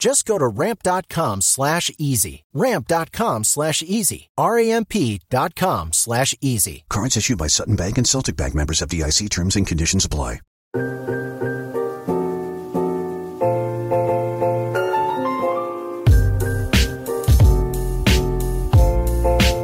Just go to ramp.com slash easy. Ramp.com slash easy. R-A-M-P dot com slash easy. Cards issued by Sutton Bank and Celtic Bank members of DIC terms and conditions apply.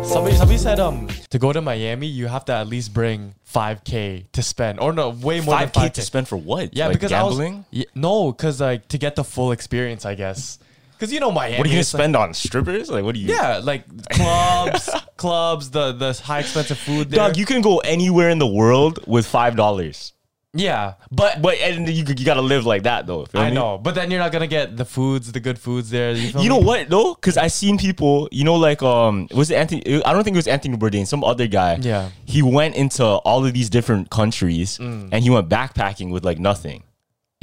Somebody, somebody said um to go to Miami, you have to at least bring five k to spend, or no, way more five than k 5K. to spend for what? Yeah, Like, because I was, gambling. yeah, no, because like to get the full experience, I guess. Because you know Miami. what are you gonna it's like- spend on strippers? Like, what do you? yeah, like clubs, clubs, the the high expensive food. There. dog, you can go anywhere in the world with five dollars, yeah, but but and you you gotta live like that though. feel I me? know, but then you're not gonna get the foods, the good foods there. You, feel You know me? what though? Because I seen people, you know, like um, was it Anthony? I don't think it was Anthony Bourdain, some other guy. Yeah. Mm. he went into all of these different countries, and he went backpacking with like nothing.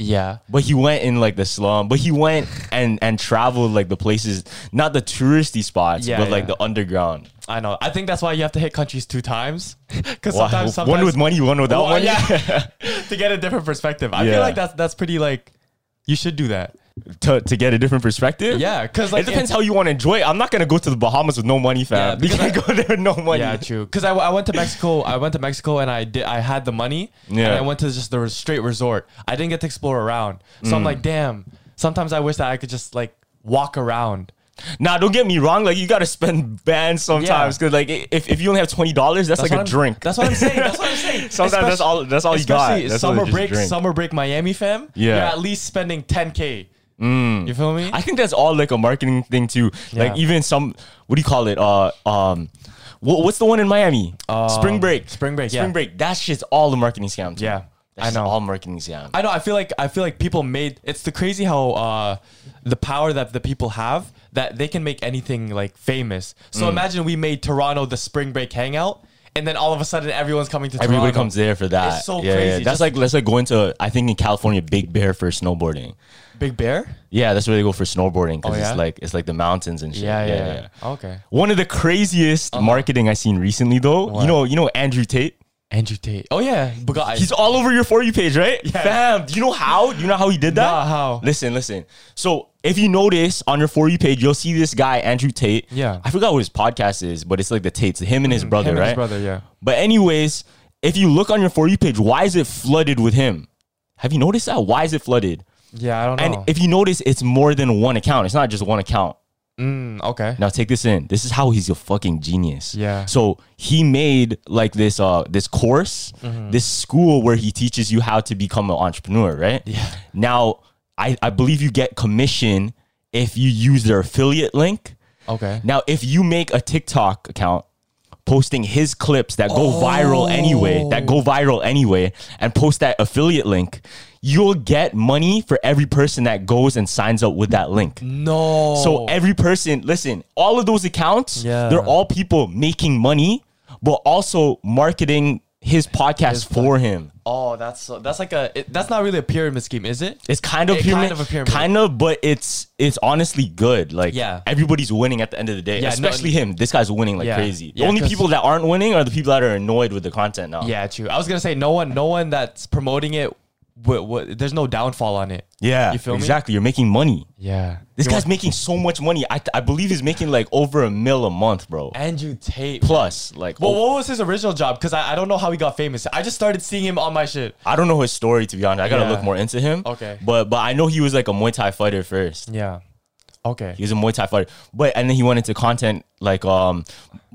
Yeah, But he went in like the slum. But he went and and traveled like the places, not the touristy spots, Yeah, but like yeah. the underground. I know. I think that's why you have to hit countries two times. Because Wow. sometimes, sometimes one with money, one without Well, money. yeah. to get a different perspective. I Yeah. feel like that's that's pretty like you should do that. to, to get a different perspective. Yeah, 'cause, like, it depends it- how you want to enjoy it. I'm not gonna go to the Bahamas with no money, Yeah, fam. you because can I- go there with no money. Yeah, true. Because I, I went to Mexico. I went to Mexico and I did. I had the money. And Yeah. I went to just the straight resort. I didn't get to explore around. So Mm. I'm like, damn. Sometimes I wish that I could just like walk around. Nah, don't get me wrong. Like you gotta spend bands sometimes because like i- if, if you only have twenty dollars, that's, That's like what a I'm- drink. That's what I'm saying. That's what I'm saying. Sometimes that's Especially- all- that's all you got. especially That's all summer you just break, drink. summer break, Miami fam. Yeah. Mm. you're at least spending 10k. You feel me? I think that's all like a marketing thing too. Like Yeah. even some what do you call it? Uh, um, wha- what's the one in Miami? spring break. Um, Spring Break, yeah. Spring break. That shit's all a marketing scam. Too. Yeah, That's I just know. all marketing scam. I know. I feel like I feel like people made it's the crazy how uh, the power that the people have that they can make anything like famous. So Mm. imagine we made Toronto the spring break hangout, and then all of a sudden everyone's coming to Everybody Toronto. comes there for that. It's so Yeah, yeah. crazy. That's Just- like let's like going to I think in California Big Bear for snowboarding. Big Bear. Yeah, that's where they go for snowboarding because Oh, yeah? it's like it's like the mountains and shit. Okay. One of the craziest marketing I seen recently though. Uh-huh. What? You know, you know Andrew Tate. Andrew Tate. Oh yeah, Bugatti. He's all over your for you page, right? Fam, do you know how? Do you know how he did that? Nah, how? Listen, listen. So if you notice on your for you page, you'll see this guy Andrew Tate. Yeah. Mm-hmm. I forgot what his podcast is, but it's like the Tates, him and his brother, him and right? his brother. Yeah. But anyways, if you look on your for you page, why is it flooded with him? Have you noticed that? Why is it flooded? Yeah, I don't And know. if you notice, it's more than one account. It's not just one account. Mm, okay. Now take this in. This is how he's a fucking genius. Yeah. So he made like this uh this course, this school where he teaches you how to become an entrepreneur, right? Yeah. Now I, I believe you get commission if you use their affiliate link. Okay. Now if you make a TikTok account posting his clips that go viral anyway, that go viral anyway, and post that affiliate link, you'll get money for every person that goes and signs up with that link. No. So every person, listen, all of those accounts, Yeah. they're all people making money, but also marketing his podcast for him. oh, that's so, that's like a it, that's not really a pyramid scheme, is it? It's kind of It pyramid, kind of a pyramid. kind of, but it's it's honestly good. Like Yeah. everybody's winning at the end of the day, Yeah, no, especially him. This guy's winning like Yeah. crazy. The Yeah, only 'cause- people that aren't winning are the people that are annoyed with the content now. Yeah, true. I was gonna say no one, no one that's promoting it what, what, there's no downfall on it. Yeah, You feel me? exactly. You're making money. Yeah. This You guy's want- making so much money. I, I believe he's making like over a mil a month, bro. Andrew Tate. Plus, like, Well, oh, what was his original job? Because I, I don't know how he got famous. I just started seeing him on my shit. I don't know his story to be honest. I gotta Yeah. look more into him. Okay. but but I know he was like a Muay Thai fighter first. Yeah. Okay. He was a Muay Thai fighter, but and then he went into content like um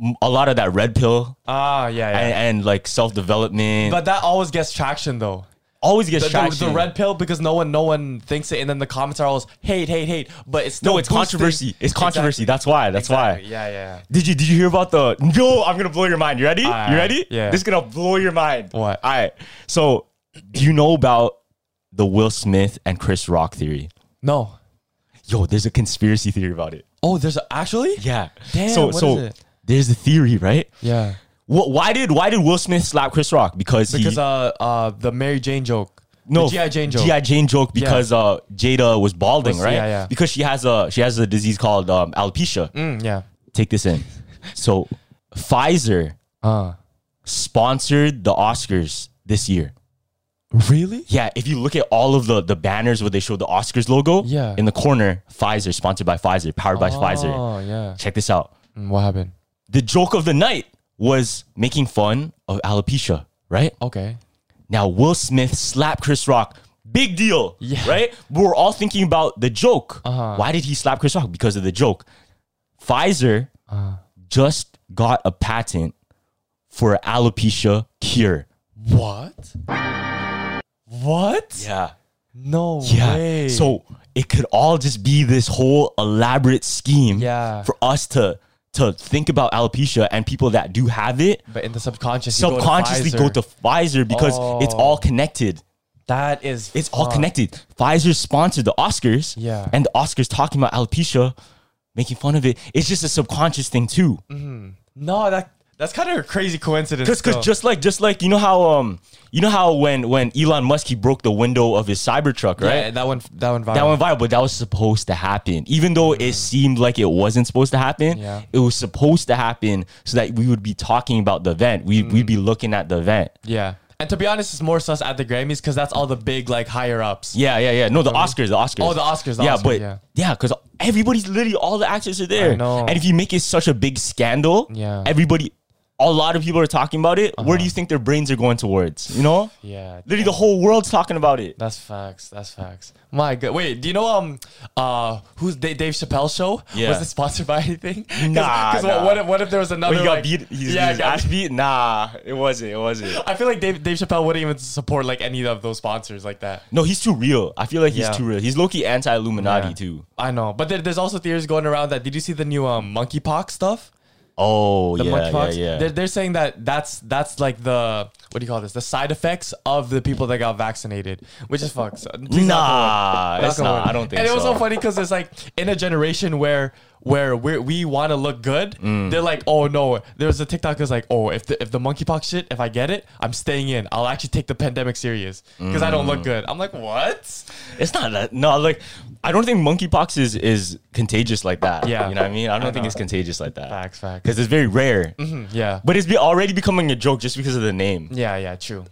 m- a lot of that red pill Ah, yeah, yeah. and, and like self development. but that always gets traction though. always gets The, the, traction. the red pill because no one no one thinks it and then the comments are always hate hate hate but it's no, still it's boosting- controversy. It's controversy. Exactly. That's why. That's Exactly. why. yeah yeah Did you did you hear about the yo? I'm gonna blow your mind. You ready? Alright, you ready? yeah. This is gonna blow your mind. What? All right. So, do you know about the Will Smith and Chris Rock theory? no Yo, there's a conspiracy theory about it. oh there's a, actually Yeah. Damn, so what so is it? there's a theory, right? yeah What? Why did why did Will Smith slap Chris Rock? Because because he, uh uh the Mary Jane joke no the GI Jane joke GI Jane joke because uh Jada was balding, Was- right? yeah, yeah. Because she has a she has a disease called um, alopecia. Mm, yeah Take this in. So Pfizer uh sponsored the Oscars this year. really Yeah, if you look at all of the the banners where they show the Oscars logo, Yeah. in the corner, Pfizer, sponsored by Pfizer, powered by Pfizer. oh yeah Check this out. Mm, what happened The joke of the night was making fun of alopecia, right? okay Now Will Smith slapped Chris Rock. Big deal, right? We're all thinking about the joke. Uh-huh. Why did he slap Chris Rock? Because of the joke. Pfizer Uh-huh. just got a patent for alopecia cure. what what Yeah. no Yeah. way So it could all just be this whole elaborate scheme Yeah. for us to to think about alopecia and people that do have it but in the subconscious you go to subconsciously go Pfizer. Oh. to Pfizer because it's all connected. that is It's all fucked. connected. Pfizer sponsored the Oscars. Yeah. And the Oscars talking about alopecia, making fun of it. It's just a subconscious thing too. Mm, no that that's kind of a crazy coincidence Cause, 'cause though. just like just like you know how um you know how when when Elon Musk he broke the window of his Cybertruck, right? Yeah, that one that one viral. that went viral, but that was supposed to happen. Even though it seemed like it wasn't supposed to happen, Mm. Yeah. it was supposed to happen so that we would be talking about the event. We, Mm. We'd be looking at the event. Yeah. And to be honest, it's more sus at the Grammys because that's all the big like higher ups. Yeah, yeah, yeah. No, the Oscars, the Oscars. Oh, the Oscars, the yeah, Oscars, yeah. but yeah, because everybody's literally all the actors are there. know. And if you make it such a big scandal, Yeah. Uh-huh. everybody, a lot of people are talking about it. Where do you think their brains are going towards? You know, Yeah. literally the whole world's talking about it. That's facts. That's facts. My God. Wait, do you know um uh who's Da- Dave Chappelle show? Yeah. Was it sponsored by anything? Cause, Nah, 'cause nah. What, what if, what if there was another? When he got like- beat, yeah, he's, yeah, he's got ass beat. Nah, it wasn't. It wasn't. I feel like Dave, Dave Chappelle wouldn't even support like any of those sponsors like that. No, he's too real. I feel like he's Yeah. too real. He's low key anti Illuminati Yeah. too. I know, but there, there's also theories going around that. Did you see the new um monkeypox stuff? Oh the yeah, yeah, monkeypox. yeah. They're, they're saying that that's that's like the what do you call this? The side effects of the people that got vaccinated, which is fucked. So, please Nah, knock on wood. Knock it's on not. wood. I don't think And it was so. so funny because it's like in a generation where where we're, we want to look good, Mm. they're like, oh no. There was a TikTok that's like, oh, if the if the monkeypox shit, if I get it, I'm staying in. I'll actually take the pandemic serious because I don't Mm. look good. I'm like, what? It's not that. No, like I don't think monkeypox is is contagious like that. Yeah. you know what I mean. I don't I think know. it's contagious like that. Facts, facts. Mm-hmm. Because it's very rare. Yeah. But it's be already becoming a joke just because of the name. yeah, yeah, true.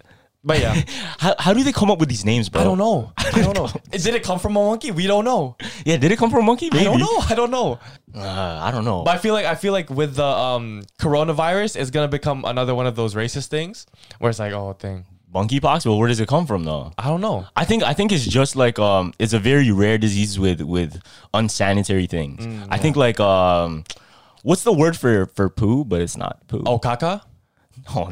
But yeah. How, how do they come up with these names, bro? I don't know. I don't know. Did it come from a monkey? We don't know. Yeah, did it come from a monkey? Maybe. I don't know. I don't know. Uh, I don't know. But I feel like I feel like with the um, coronavirus, it's gonna become another one of those racist things where it's like, oh, thing. monkeypox. Well, where does it come from though? I don't know. I think I think it's just like um it's a very rare disease with with unsanitary things. Mm, I think like um what's the word for for poo but it's not poo. Oh, caca. no, Oh,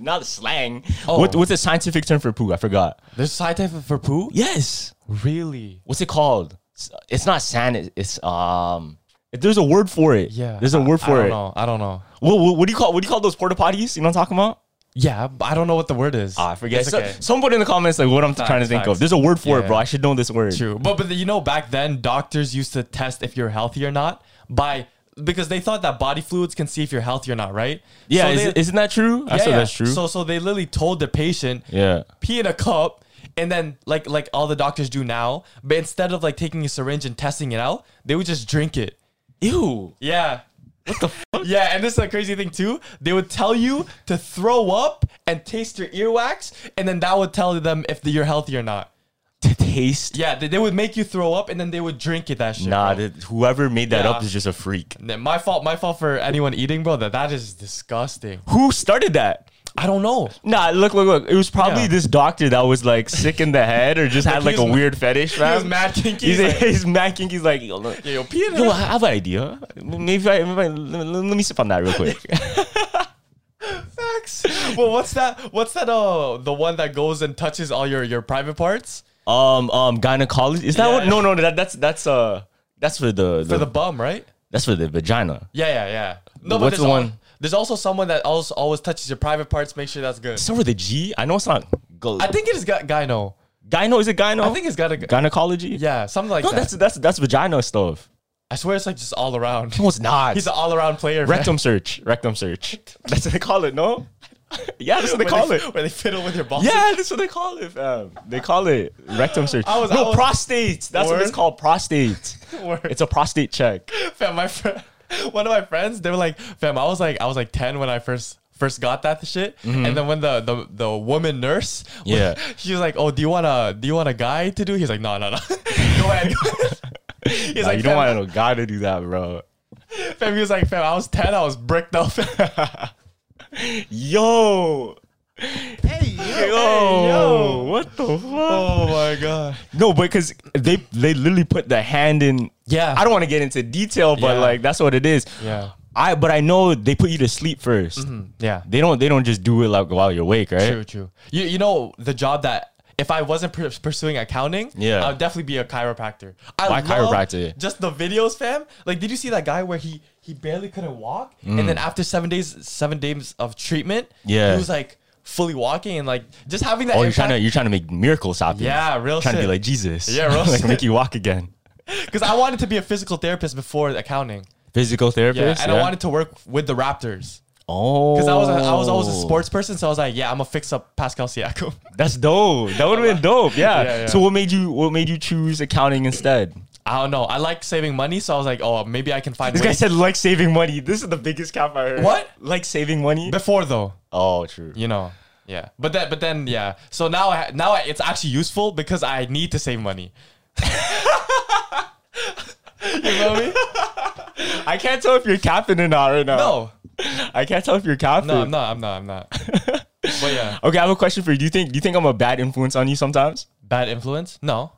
not slang. Oh. What, what's the scientific term for poo? I forgot. There's a side type for poo. Yes. Really? What's it called? It's, it's not sanit. It's um there's a word for it. Yeah. There's a I- word for I don't it. know. I don't know. What, what, what do you call what do you call those porta potties? You know what I'm talking about? Yeah, but I don't know what the word is. Ah, I forget. It's So- okay. someone put in the comments like what I'm trying to Facts, think facts. of. There's a word for it, Yeah. bro. I should know this word. True, but but you know back then doctors used to test if you're healthy or not by because they thought that body fluids can see if you're healthy or not, right? Yeah, So is, they- isn't that true? yeah, I said yeah. that's true. So so they literally told the patient, yeah. pee in a cup and then like like all the doctors do now but instead of like taking a syringe and testing it out they would just drink it Ew. yeah Yeah, and this is a crazy thing too. They would tell you to throw up and taste your earwax, and then that would tell them if you're healthy or not. To taste. Yeah, they, they would make you throw up, and then they would drink it. That shit. Nah, bro. that- whoever made that up Yeah. is just a freak. Nah, my fault. My fault for anyone eating, bro. That that is disgusting. Who started that? I don't know. Nah, look, look, look. It was probably Yeah. this doctor that was like sick in the head or just Like, had like he a was- weird fetish, man. was mad kinky. He's, He's like, like- he's mad kinky. He's like, yo, look, Yeah, yo, pee in yo, it. I have an idea. Maybe I, maybe I let, let me sip on that real quick. Facts. Well, what's that? What's that? Uh, the one that goes and touches all your your private parts um, um, gynecology. Is that Yeah, what? yeah. No, no, that, that's that's uh, that's for the, for the bum, right? that's for the vagina. Yeah, yeah, yeah. No, What's there's the al- one? There's also someone that also always touches your private parts. Make sure that's good. It's over the G. I know it's not. Go, I think it is got gyno. gyno is it gyno? I think it's got a gynecology. yeah, something like no, that. that's that's that's vagina stuff. I swear it's like just all around. No, it's not. He's an all around player. man. rectum search. Rectum search. That's what they call it. No. Yeah, that's what they Where call they, it. Where they fiddle with your balls. Yeah, that's what they call it, fam. They call it rectum search. I was- no, I was- prostates. That's what it's Word? called, prostate. Word. It's a prostate check. Fam, my friend, one of my friends, they were like, fam, I was like, I was like 10 when I first first got that shit. And then when the the, the woman nurse, Mm-hmm. Yeah. she was like, Oh, do you want a do you want a guy to do? He's like, No, no, no. go ahead. go ahead." He's Nah, like, you don't fam, want no guy to do that, bro. fam, he was like, fam, I was 10, I was bricked up. Yo. Hey, yo. yo. What the fuck? oh my god. No, because they they literally put the hand in. Yeah. I don't want to get into detail, but Yeah. like that's what it is. Yeah. I but I know they put you to sleep 1st Yeah. They don't they don't just do it like while you're awake, right? True, true. You, you know the job that if I wasn't pur- pursuing accounting, Yeah. I would definitely be a chiropractor. I Why love chiropractor? Just the videos, fam. Like, did you see that guy where he he barely couldn't walk, and then after seven days, seven days of treatment, Mm. Yeah. he was like fully walking and like just having that. Oh, you're impact. trying to you're trying to make miracles happen. Yeah, real Trying to be shit. like Jesus. Yeah, real like shit. make you walk again. because I wanted to be a physical therapist before accounting. Physical Yeah, therapist. and I wanted to work with the Raptors. Oh, Because I was a, I was always a sports person, so I was like, yeah, I'm gonna fix up Pascal Siakam. That's dope. That would have been dope. Yeah. Yeah, yeah. So what made you what made you choose accounting instead? I don't know. I like saving money, so I was like, oh, maybe I can find. This guy ways- said like saving money. This is the biggest cap I heard. What? Like saving money? before though. oh, true. you know yeah but that but then yeah so now I, now I, it's actually useful because i need to save money you know me I can't tell if you're capping or not right now. no I can't tell if you're capping. no i'm not i'm not i'm not but yeah Okay, I have a question for you. Do you think do you think I'm a bad influence on you sometimes? bad influence no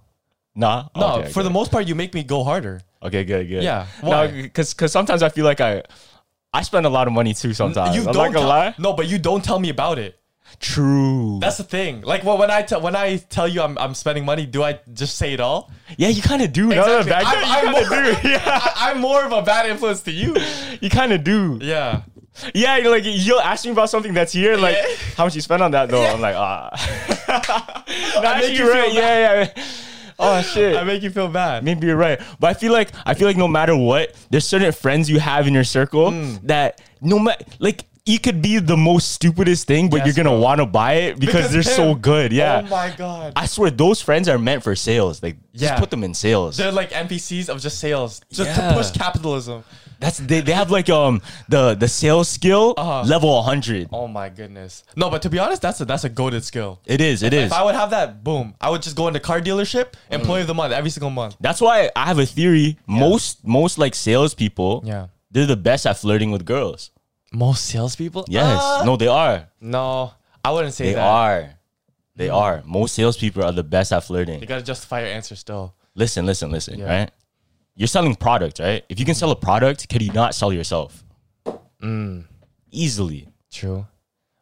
Nah. no Okay, for the okay. most part you make me go harder Okay, good, good. Yeah, No, why? because because sometimes I feel like I I spend a lot of money too. Sometimes you I'm don't not gonna tell- lie. no but you don't tell me about it True. that's the thing like well, when i tell when i tell you I'm, I'm spending money do i just say it all yeah, you kind of do. Exactly. No, no, I'm- back, I'm you kind of more- do. Yeah, I, i'm more of a bad influence to you you kind of do. yeah Yeah, you're like you'll ask me about something that's here. Like, Yeah. how much you spend on that though? I'm like, ah. Nah, I make actually, you you're right. feel Yeah, yeah. Oh shit. i make you feel bad Maybe you're right, but I feel like I feel like no matter what, there's certain friends you have in your circle Mm. that no matter like you could be the most stupidest thing, but Yes, you're gonna want to buy it because, they're so him- good. Yeah, oh my god I swear those friends are meant for sales. Like just Yeah. put them in sales. They're like NPCs of just sales, just Yeah. to push capitalism. That's they, they have like um the the sales skill Uh-huh. level 100. Oh my goodness. No, but to be honest, that's a that's a goaded skill. It is. It is. If I would have that, boom, I would just go into car dealership, Mm. employee of the month every single month. That's why I have a theory. Most most like salespeople, Yeah. they're the best at flirting with girls. Most salespeople? Yes. Uh, no, they are. no, I wouldn't say Ah. They that. are. They Mm. are. Most salespeople are the best at flirting. You gotta justify your answer still. listen, listen, listen, right? You're selling product, right? If you can sell a product, could you not sell yourself? Mm. Easily. True.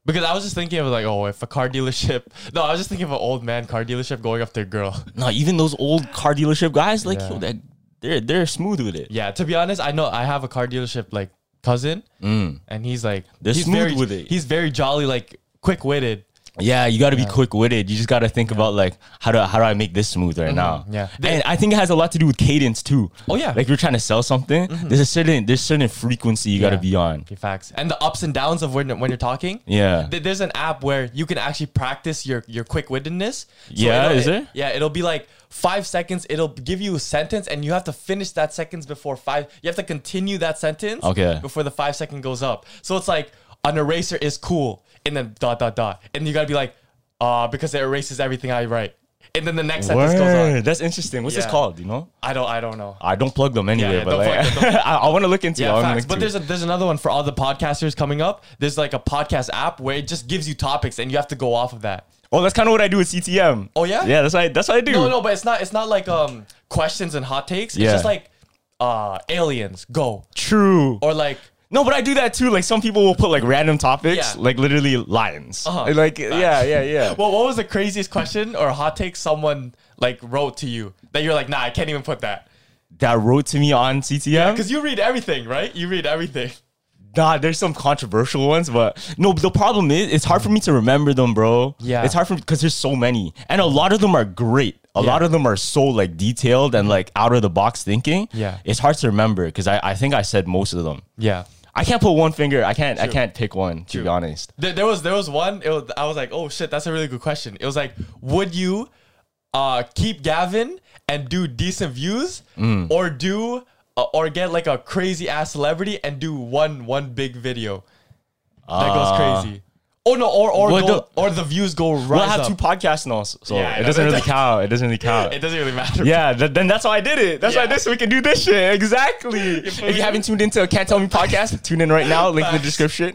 Because I was just thinking of like, oh, if a car dealership. No, I was just thinking of an old man car dealership going up to a girl. No, even those old car dealership guys, like Yeah. yo, that, they're they're smooth with it. Yeah, to be honest, I know I have a car dealership like cousin, and he's like Mm. They're he's smooth very, with it. He's very jolly, like quick witted. Yeah, you got to be quick witted. You just got to think about like how do how do I make this smooth right now? Mm-hmm. yeah. and I think it has a lot to do with cadence too. Oh, yeah. Mm-hmm. like if you're trying to sell something. There's a certain there's certain frequency you got to Yeah. be on. Okay, facts. And the ups and downs of when when you're talking. Yeah. Th- there's an app where you can actually practice your your quick wittedness. Yeah, is there? Yeah, it'll be like five seconds. It'll give you a sentence, and you have to finish that sentence before five. You have to continue that sentence. Okay. Before the five second goes up, so it's like an eraser is cool, and then dot dot dot, and you gotta be like, uh, because it erases everything I write, and then the next sentence goes on. That's interesting. What's this Yeah. called? You know, I don't I don't know. I don't plug them anyway, yeah, but don't like, plug them, I, want to look into. it. I Yeah, wanna facts. look But into there's it. a, there's another one for all the podcasters coming up. There's like a podcast app where it just gives you topics and you have to go off of that. oh, that's kind of what I do with CTM. Oh, yeah? yeah, that's what I, that's what I do. No, no, but it's not it's not like um questions and hot takes. Yeah. It's just like uh aliens go true. or like No, but I do that too. Like some people will put like random topics, Yeah. like literally lions. Uh-huh. Like yeah, yeah, yeah. well, what was the craziest question or hot take someone like wrote to you that you're like, nah, I can't even put that that wrote to me on CTM. because you read everything, right? You read everything. Nah, there's some controversial ones, but no. The problem is, it's hard for me to remember them, bro. Yeah. it's hard for me because there's so many, and a lot of them are great. A Yeah. lot of them are so like detailed and like out of the box thinking. Yeah. it's hard to remember because I, I think I said most of them. Yeah. I can't put one finger. I can't I can't pick one to be honest. There, there was there was one. It was, I was like, oh shit, that's a really good question. It was like, would you uh, keep Gavin and do decent views, Mm. or do uh, or get like a crazy ass celebrity and do one one big video that goes crazy? Oh no, or or Ah. Well, go, the- or the views go right Well, I have up. two podcasts now, so so Yeah, I it know. doesn't really count. It doesn't really count. it doesn't really matter. Yeah, th- then that's why I did it. That's why Yeah. this we can do this shit. Exactly. if me? you haven't tuned into a Can't Tell Me podcast, tune in right now. Link in the description.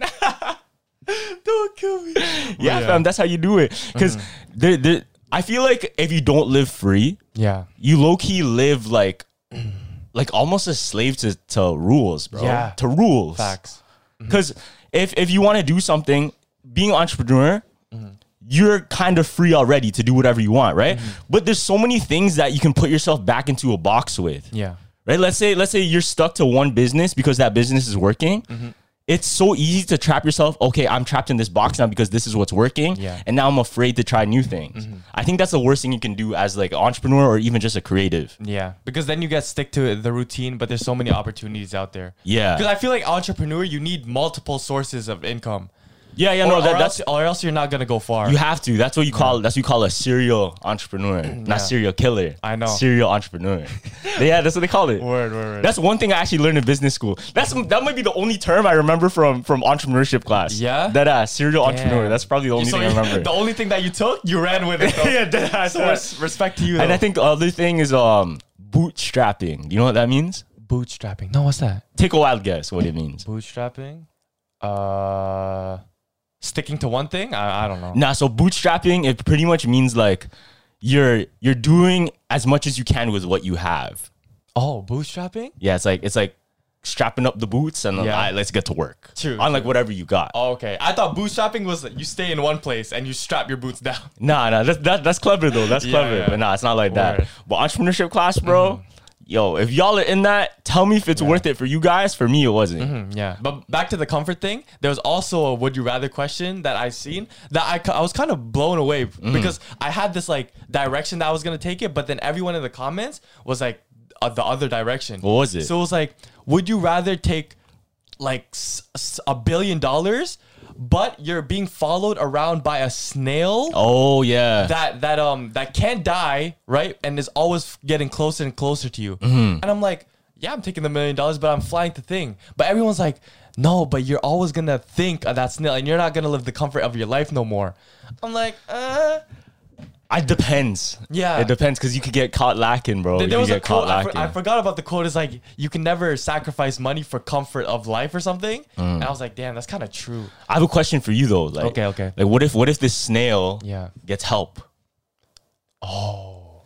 don't kill me. yeah, fam, that's how you do it. Because Mm-hmm. I feel like if you don't live free, Yeah, you low key live like, like almost a slave to, to rules, bro. Yeah. To rules. facts. Because if if you want to do something, being an entrepreneur, Mm-hmm. you're kind of free already to do whatever you want, right? Mm-hmm. But there's so many things that you can put yourself back into a box with. Yeah. Right? Let's say let's say you're stuck to one business because that business is working. Mm-hmm. It's so easy to trap yourself. Okay, I'm trapped in this box now because this is what's working, Yeah. Mm-hmm. and now I'm afraid to try new things. I think that's the worst thing you can do as like an entrepreneur or even just a creative. Yeah, because then you get stick to the routine, but there's so many opportunities out there. Yeah. because I feel like entrepreneur, you need multiple sources of income. Yeah, yeah, Or, no, that, or that's else, or else you're not gonna go far. You have to. That's what you call. That's what you call a serial entrepreneur, not serial killer. I know. Serial entrepreneur. yeah, that's what they call it. Word, word, word. That's one thing I actually learned in business school. That's that might be the only term I remember from from entrepreneurship class. Yeah? That uh, serial entrepreneur. Damn. That's probably the only So thing I you- remember. The only thing that you took, you ran with it. Though. yeah, that, So res- respect to you. And though. I think the other thing is um bootstrapping. You know what that means? bootstrapping. No, what's that? Take a wild guess what it means. Bootstrapping. Uh, sticking to one thing. I, I don't know. Nah, so bootstrapping it pretty much means like you're you're doing as much as you can with what you have. Oh, bootstrapping. Yeah, it's like it's like strapping up the boots and then, Yeah. all right, let's get to work True, on like whatever you got. Oh, okay, I thought bootstrapping was that you stay in one place and you strap your boots down. Nah, nah, that's that, that's clever though. That's Yeah, clever, yeah. but nah, it's not like that. Word. Mm-hmm. But entrepreneurship class, bro. Yo, if y'all are in that, tell me if it's worth it for you guys. For me, it wasn't. Mm-hmm. Yeah. But back to the comfort thing, there was also a would you rather question that I've seen that I, ca- I was kind of blown away Mm. because I had this like direction that I was going to take it, but then everyone in the comments was like uh, the other direction. What was it? So it was like, would you rather take like s- s- a billion dollars, but you're being followed around by a snail? Oh yeah, that that um that can't die, right? And is always getting closer and closer to you. Mm-hmm. And I'm like, yeah, I'm taking the million dollars, but I'm flying the thing. But everyone's like, no, but you're always gonna think of that snail, and you're not gonna live the comfort of your life no more. I'm like, uh. it depends. Yeah. it depends because you could get caught lacking, bro. There you was could a get caught quote I, for- lacking. I forgot about the quote. Is like you can never sacrifice money for comfort of life or something. Mm. And I was like, damn, that's kind of true. I have a question for you though. Like, Okay, okay. Like, what if what if this snail Yeah. gets help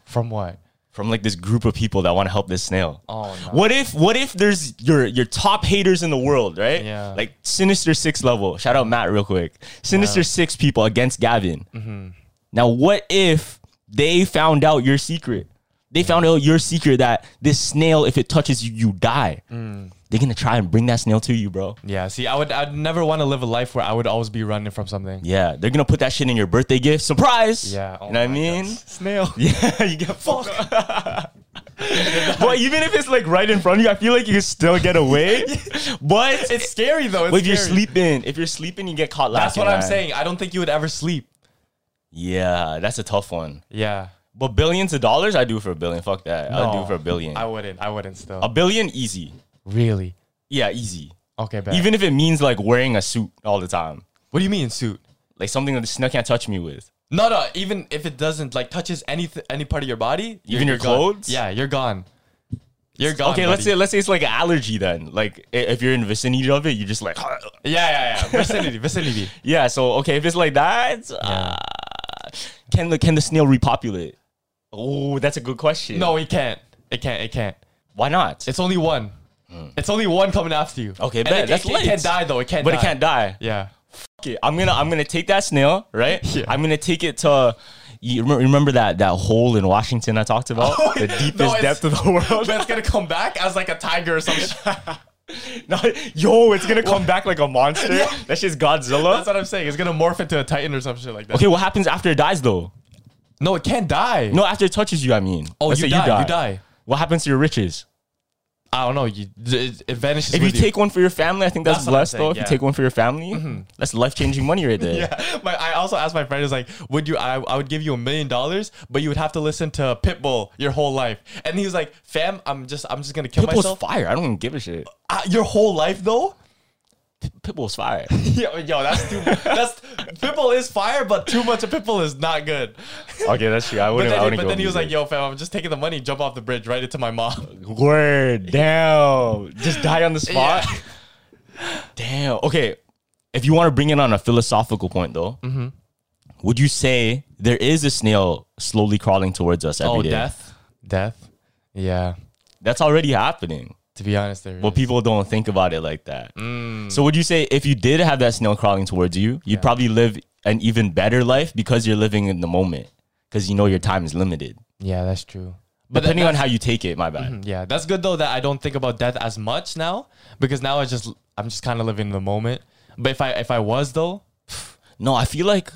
From what? from like this group of people that want to help this snail? Oh, no. What if what if there's your your top haters in the world, right? Yeah. Like Sinister Six level. Shout out Matt real quick. Sinister Six people against Gavin. Mm-hmm. Now what if they found out Mm. your secret? They found out your secret that this snail, if it touches you, you die. they're gonna try and bring that snail to you, bro. Yeah, see, I would, I'd never want to live a life where I would always be running from something. Yeah, they're gonna put that shit in your birthday gift. Surprise. Yeah, oh you know what I my mean? Snail. Yeah, you get fucked. but even if it's like right in front of you, I feel like you can still get away. but It's scary though. It's if you're scary. sleeping, if you're sleeping, you get caught that's lacking, what I'm man. saying. I don't think you would ever sleep. Yeah, that's a tough one. Yeah, But billions of dollars, I do it for a billion. Fuck that. I'll do No. it for a billion. I A wouldn't. I wouldn't still. billion, easy. really? Yeah, easy. Okay, bet. Even if it means like wearing a suit all the time, what do you mean suit? like something that the snail can't touch me with. No, no. Even if it doesn't like touches any any part of your body, Even your you're gone. clothes? Yeah, you're gone. You're gone. okay, let's buddy. say let's say it's like an allergy then. Like i- if you're in vicinity of it, you're just like, Yeah, yeah, yeah. Vicinity, vicinity. yeah. So okay, if it's like that, uh, can the can the snail repopulate? Oh, that's a good question. No, it can't. It can't. It can't. why not? Hmm. It's only one. It's only one coming after you. Okay, And bet. It, That's it, it can't lit. die though. It can't. but die. it can't die. Yeah. Okay, I'm gonna I'm gonna take that snail, right? Yeah. I'm gonna take it to. You rem- remember that that hole in Washington I talked about? the deepest Oh, it's- depth of the world. But it's gonna come back as like a tiger or something. No, yo, it's gonna come back like a monster. That's just Godzilla. That's what I'm saying. It's gonna morph into a titan or some shit like that. okay, what happens after it dies though? No, it can't die. No, after it touches you, I mean. Oh, Let's you, say die, you die. What happens to your riches? I don't know. You it, it vanishes. If you with take one for your family, I think that's, That's what I'm blessed though. saying, If you yeah. Mm-hmm. take one for your family, that's life changing money right there. My, I also asked my friend, is like, would you? I, I would give you a million dollars, but you would have to listen to Pitbull your whole life. And he was like, "Fam, I'm just, I'm just gonna kill Pitbull's myself." fire. I don't even give a shit. Ah, your whole life though? Pitbull's fire. Yo, yo, that's too. that's Pitbull is fire, but too much of Pitbull is not good. okay, that's true. I But wouldn't. then, I he- wouldn't but go then he was like, music. "Yo, fam, I'm just taking the money, jump off the bridge, right into my mom." word, damn, just die on the spot. Yeah. Damn. Okay, if you want to bring it on a philosophical point though, Mm-hmm. would you say there is a snail slowly crawling towards us every day? Oh, death, death. Yeah, That's already happening. to be honest, there. Well, is. people don't think about it like that. So, would you say if you did have that snail crawling towards you, you'd probably live an even better life because you're living in the moment because you know your time is limited, Yeah, that's true. that- depending on that's- Mm-hmm. how you take it. My bad. Yeah, that's good though that I don't think about death as much now because now I just I'm just kind of living in the moment. But if I if I was though, No, I feel like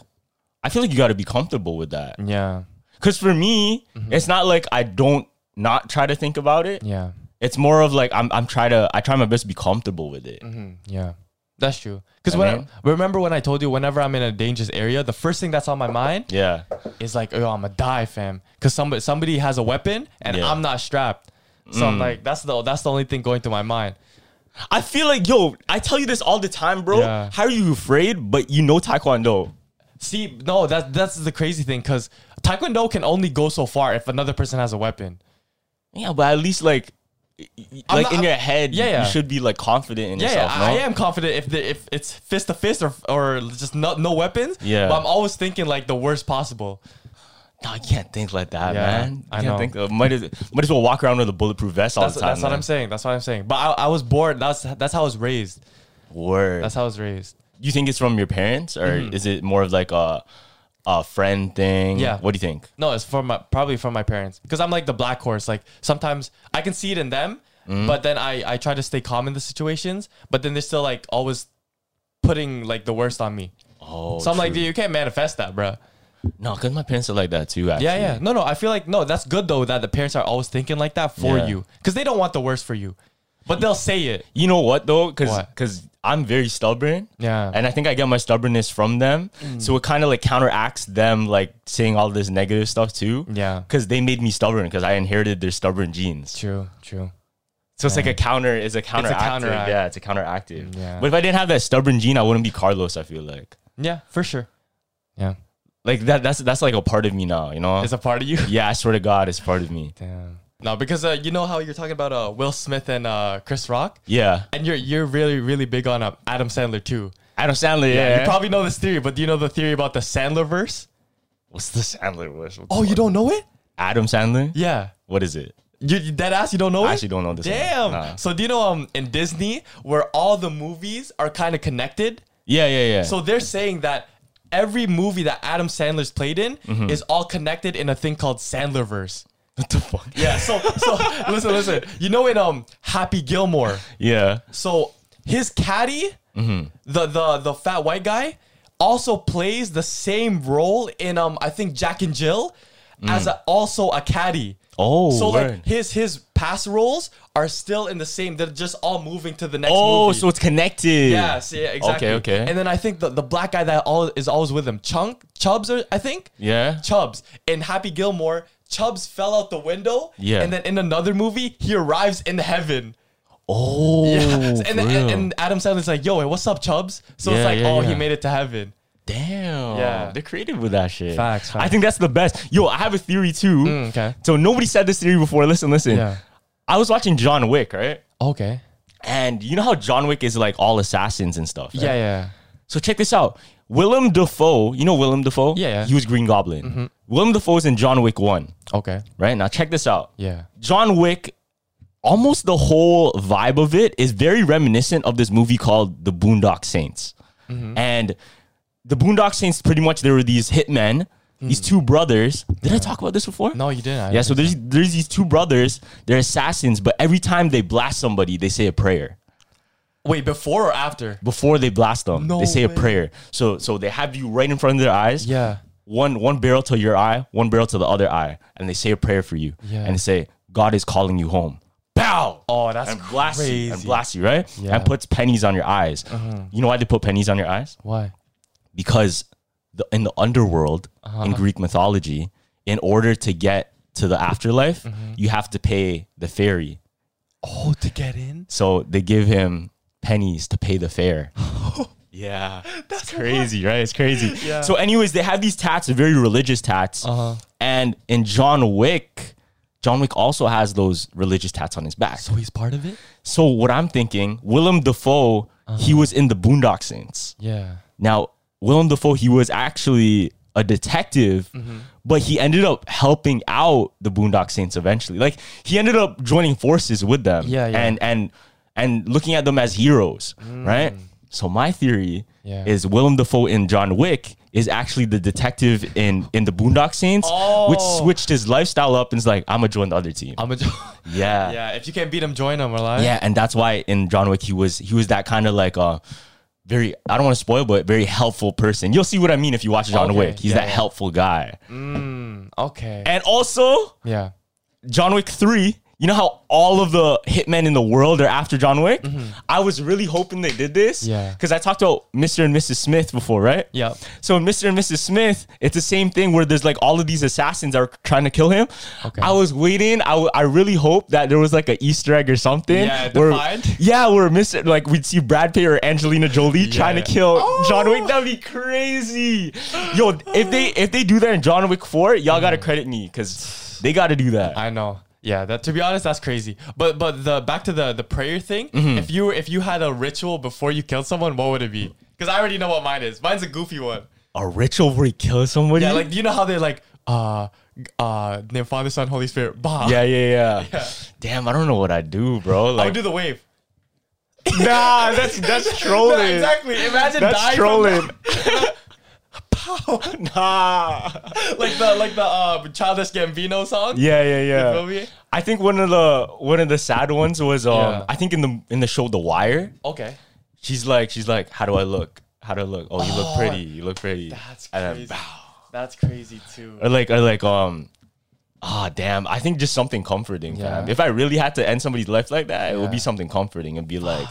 I feel like you got to be comfortable with that. yeah, Because for me, Mm-hmm. it's not like I don't not try to think about it. yeah, It's more of like I'm I'm try to I try my best to be comfortable with it. Mm-hmm. yeah, that's true. Because I when mean- I, remember when I told you whenever I'm in a dangerous area, the first thing that's on my mind Yeah. is like, oh, I'm gonna die, fam. Because somebody somebody has a weapon and Yeah. Mm. I'm not strapped, so I'm like, that's the that's the only thing going through my mind. I feel like yo, I tell you this all the time, bro. Yeah. How are you afraid? But you know Taekwondo. See, no, that that's the crazy thing because taekwondo can only go so far if another person has a weapon. Yeah, but at least like, y- y- I'm like not- in I'm- your head, Yeah, you- yeah. you should be like confident in Yeah, yourself. yeah, no? I am confident if the, if it's fist to fist or or just no no weapons. Yeah. but I'm always thinking like the worst possible. No, I can't think like that, Yeah, man. You I can't know. Think, uh, might as might as well walk around with a bulletproof vest all That's, the time. that's what I'm saying. That's what I'm saying. But I, I was bored. That's that's how I was raised. saying. Word. That's Mm-hmm. how I was raised. you think it's from your parents, or is it more of like a a friend thing? Yeah. What do you think? No, it's from my, probably from my parents because I'm like the black horse. Like sometimes I can see it in them, Mm-hmm. but then I I try to stay calm in the situations. But then they're still like always putting like the worst on me. Oh, so I'm like, dude, you can't manifest that, bruh. no, because my parents are like that too. Actually. Yeah, yeah. No, no. I feel like no. That's good though that the parents are always thinking like that for Yeah. you because they don't want the worst for you, but they'll say it. You know what though? Because What? I'm very stubborn. Yeah. Mm. And I think I get my stubbornness from them. So it kind of like counteracts them like saying all this negative stuff too. Yeah. Because they made me stubborn because I inherited their stubborn genes. True, true. So it's like a counter is a counteractive. counteract. Yeah, it's a counteractive. Yeah. But if I didn't have that stubborn gene, I wouldn't be Carlos, I feel like. Yeah, for sure. Yeah, Like that that's that's like a part of me now, you know? it's a part of you. yeah, I swear to God, it's part of me. Damn. No, because uh, you know how you're talking about uh, Will Smith and uh, Chris Rock, Yeah. and you're you're really really big on uh, Adam Sandler too. Adam Sandler, yeah. You probably know this theory, but do you know the theory about the Sandler verse? What's the Sandler wish? Oh, you don't know it? Adam Sandler? Yeah. What is it? You, you dead ass, you don't know I it? actually don't know this one. Damn. Nah. So do you know um in Disney where all the movies are kind of connected? Yeah, yeah, yeah. So they're saying that every movie that Adam Sandler's played in is all connected in a thing called Sandlerverse. Mm-hmm. What the fuck? Yeah. So so listen, listen. You know in um Happy Gilmore. Yeah. So his caddy, Mm-hmm. the the the fat white guy, also plays the same role in um I think Jack and Jill as a, also a caddy. Mm. Oh, so word. like his his past roles are still in the same. They're just all moving to the next. Oh, movie. so it's connected. Yes, yeah, exactly. Okay, okay. And then I think the, the black guy that all is always with him, Chunk Chubbs, or, I think. Yeah. Chubbs in Happy Gilmore, Chubbs fell out the window. Yeah. And then in another movie, he arrives in heaven. oh, Yeah. and, for and, real. and Adam Sandler's like, "Yo, hey, what's up, Chubbs?" So Yeah, it's like, yeah, "Oh, yeah. he made it to heaven." Damn. Yeah. They're creative with that shit. Facts, I facts. Mm, think that's the best. Yo, I have a theory too. okay. So nobody said this theory before. Listen, listen. Yeah. I was watching John Wick, right? Okay. And you know how John Wick is like all assassins and stuff. right? Yeah, yeah. So check this out. Willem Dafoe, you know Willem Dafoe? Yeah, yeah. Mm-hmm. He was Green Goblin. Willem Dafoe's in John Wick 1, Okay. right? Now check this out. Yeah. John Wick, almost the whole vibe of it is very reminiscent of this movie called The Boondock Saints. Mm-hmm. And The Boondock Saints, pretty much, there were these hitmen, these two brothers. Did I talk about this before? Mm. No, you didn't. I Yeah, don't so think there's there's these two brothers. They're assassins, but every time they blast somebody, they say a prayer. Wait, before or after? Before they blast them, No they say way. a prayer. So so they have you right in front of their eyes. Yeah. One one barrel to your eye, one barrel to the other eye, and they say a prayer for you. Yeah. And they say, God is calling you home. Pow! Oh, that's and blasts crazy. you and blasts you, right? Yeah. Uh-huh. And puts pennies on your eyes. You know why they put pennies on your eyes? Why? because the, in the underworld Uh-huh. in Greek mythology, in order to get to the afterlife, Mm-hmm. you have to pay the fairy. Oh, to get in. So they give him pennies to pay the fare. yeah, that's crazy, right? It's crazy. So, anyways, they have these tats, very religious tats, and in John Wick. John Wick also has those religious tats on his back. So he's part of it. So what I'm thinking, Willem Dafoe, he was in the Boondock Saints. Yeah. Now, Willem Dafoe, he was actually a detective, Mm-hmm. but he ended up helping out the Boondock Saints eventually. Like he ended up joining forces with them, Yeah, yeah. and and and looking at them as heroes, right? So my theory Yeah. is Willem Dafoe in John Wick is actually the detective in in the Boondock Saints, which Oh. switched his lifestyle up and is like, I'm gonna join the other team. I'm a. yeah, yeah. If you can't beat him, join him. Or like. yeah, and that's why in John Wick he was he was that kind of like uh very I don't want to spoil, but very helpful person. You'll see what I mean if you watch John Okay, Wick. He's yeah, that yeah. Mm. helpful guy. Okay. And also yeah. John Wick three. You know how all of the hitmen in the world are after John Wick? I was really hoping they did this. Mm-hmm. Yeah. Because I talked about Mr. and Mrs. Smith before, right? Yep. So in Mr. and Mrs. Smith, it's the same thing where there's like all of these assassins are trying to kill him. Okay. I was waiting. I, w- I really hope that there was like an Easter egg or something. Yeah, where, defined. Yeah, where Mr. like we'd see Brad Pitt or Angelina Jolie trying to yeah. Oh! kill John Wick. That'd be crazy. Yo, if they if they do that in John Wick 4, y'all gotta Mm-hmm. credit me because they gotta do that. I know. Yeah, that to be honest, that's crazy. But but the back to the the prayer thing. Mm-hmm. If you were if you had a ritual before you killed someone, what would it be? Because I already know what mine is. Mine's a goofy one. a ritual where he kills somebody? Yeah, like you know how they're like uh uh name Father Son Holy Spirit. Bah. yeah, yeah, yeah, Damn, I don't know what I do, bro. I Like, would do the wave. nah, that's that's trolling. Yeah, exactly. Imagine That's dying trolling. From nah. that. like the like the uh, Childish Gambino song. Yeah, yeah, yeah. feel me? I think one of the one of the sad ones was um Yeah. I think in the in the show The Wire, Okay. she's like she's like, How do I look? How do I look? Oh, you look pretty, you look pretty. That's And then crazy. bow. That's crazy too. Or like or like um Ah damn! I think just something comforting, Yeah. fam. If I really had to end somebody's life like that, it would be Yeah. something comforting and be like,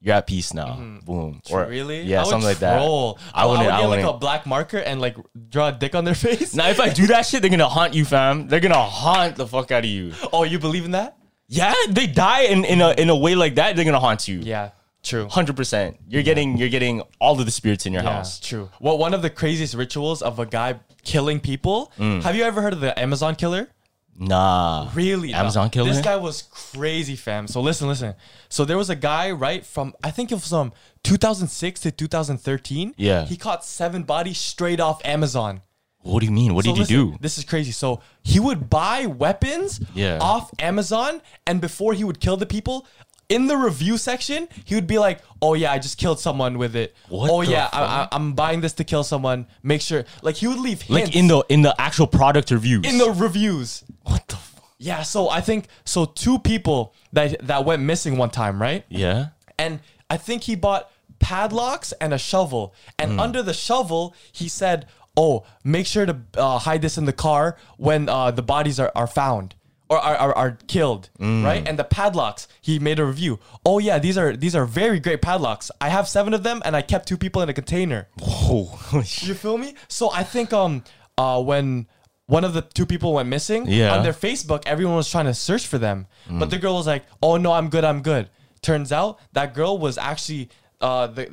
"You're at peace now." Boom. Mm-hmm. really? Yeah, I would something like that. troll. I wouldn't. I, get wouldn't. like a black marker and like draw a dick on their face. now, if I do that shit, they're gonna haunt you, fam. They're gonna haunt the fuck out of you. Oh, you believe in that? Yeah, they die in, in a in a way like that, they're gonna haunt you. Yeah, true. Hundred percent. You're getting you're getting all of the spirits in your house. true. Well, one of the craziest rituals of a guy killing people. Mm. Have you ever heard of the Amazon killer? Nah. Really? no. Amazon killer? This guy was crazy, fam. So listen, listen. So there was a guy, right, from I think it was from 2006 to 2013. Yeah. He caught seven bodies straight off Amazon. What do you mean? What So did you listen, do? This is crazy. So he would buy weapons Yeah. off Amazon, and before he would kill the people, in the review section, he would be like, "Oh yeah, I just killed someone with it. What oh the yeah, I, I, I'm buying this to kill someone. Make sure." Like he would leave hints like in the in the actual product reviews. in the reviews. what the Yeah, so I think so two people that that went missing one time, right? Yeah. And I think he bought padlocks and a shovel. And under the shovel, he said, "Oh, make sure to uh, hide this in the car when uh, the bodies are, are found." Or are, are, are killed, right? And the padlocks, he made a review. Oh yeah, these are these are very great padlocks. I have seven of them, and I kept two people in a container. Whoa. You feel me? So I think um uh when one of the two people went missing Yeah. Mm. on their Facebook, everyone was trying to search for them. But the girl was like, "Oh no, I'm good, I'm good." Turns out that girl was actually uh the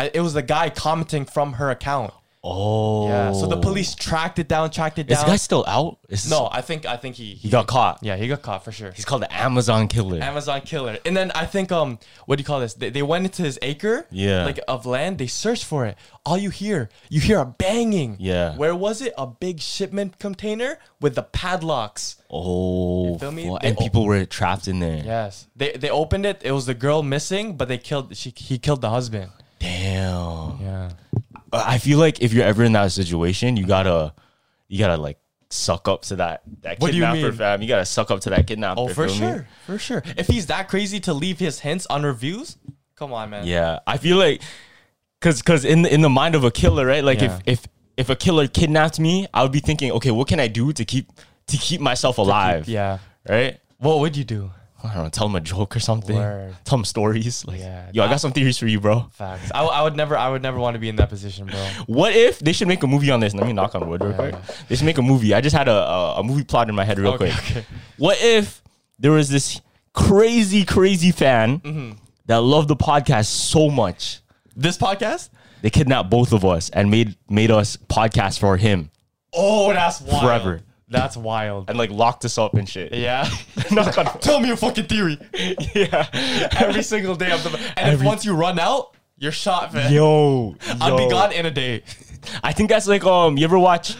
I, it was the guy commenting from her account. oh. Yeah. So the police tracked it down, tracked it Is this down. guy still out? Is no, I think I think he, He got caught. yeah he got caught for sure. He's called the Amazon Killer. Amazon killer. And then I think um what do you call this? They, they went into his acre Yeah. like of land, they searched for it. All you hear, you hear a banging. Yeah. Where was it? A big shipment container with the padlocks. oh. feel me? fu- They And all- people were trapped in there. Yes. They they opened it. It was the girl missing, but they killed she he killed the husband. Damn. Yeah. I feel like if you're ever in that situation, you gotta, you gotta like suck up to that that What do you kidnapper mean? fam. You gotta suck up to that kidnapper. Oh, for feel me? sure. For sure. If he's that crazy to leave his hints on reviews, come on, man. Yeah, I feel like, cause, cause in the, in the mind of a killer, right? Like Yeah. if if if a killer kidnapped me, I would be thinking, okay, what can I do to keep to keep myself alive? Yeah. right. What would you do? I don't know. Tell him a joke or something. Word. Tell him stories. Like, Yeah, yo, I that- got some theories for you, bro. Facts. I, I would never I would never want to be in that position, bro. What if they should make a movie on this? Let me knock on wood real quick. They should make a movie. I just had a a, a movie plot in my head real Okay, quick. okay. What if there was this crazy, crazy fan Mm-hmm. that loved the podcast so much? This podcast? They kidnapped both of us and made made us podcast for him Oh, that's wild. Forever. That's wild. and like locked us up and shit. Yeah. Knock on wood. Tell me your fucking theory. yeah. Every single day of the and if Every- once you run out, you're shot, man. Yo, I'll yo. be gone in a day. I think that's like um. You ever watch?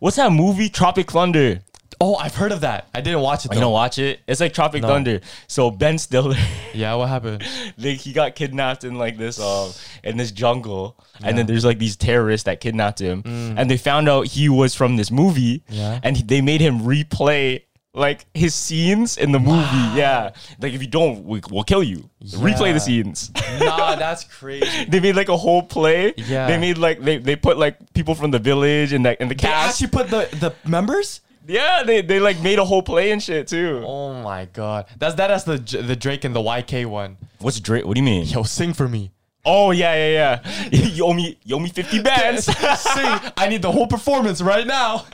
What's that movie? Tropic Thunder. Oh, I've heard of that. I didn't watch it though. You don't watch it? It's like Tropic Thunder. So Ben Stiller, Yeah, what happened? like he got kidnapped in like this um in this jungle, and then there's like these terrorists that kidnapped him, and they found out he was from this movie, Yeah. and he- they made him replay. Like his scenes in the movie, yeah. Like if you don't, we, we'll kill you. Replay Yeah. the scenes. nah, that's crazy. they made like a whole play. Yeah. They made like they, they put like people from the village and like and the They cast. actually put the the members. yeah, they, they like made a whole play and shit too. Oh my god, that's that. That's the J- the Drake and the YK one. What's Drake? What do you mean? Yo, sing for me. Oh yeah, yeah, yeah. you owe me you owe me fifty bands. sing. I need the whole performance right now.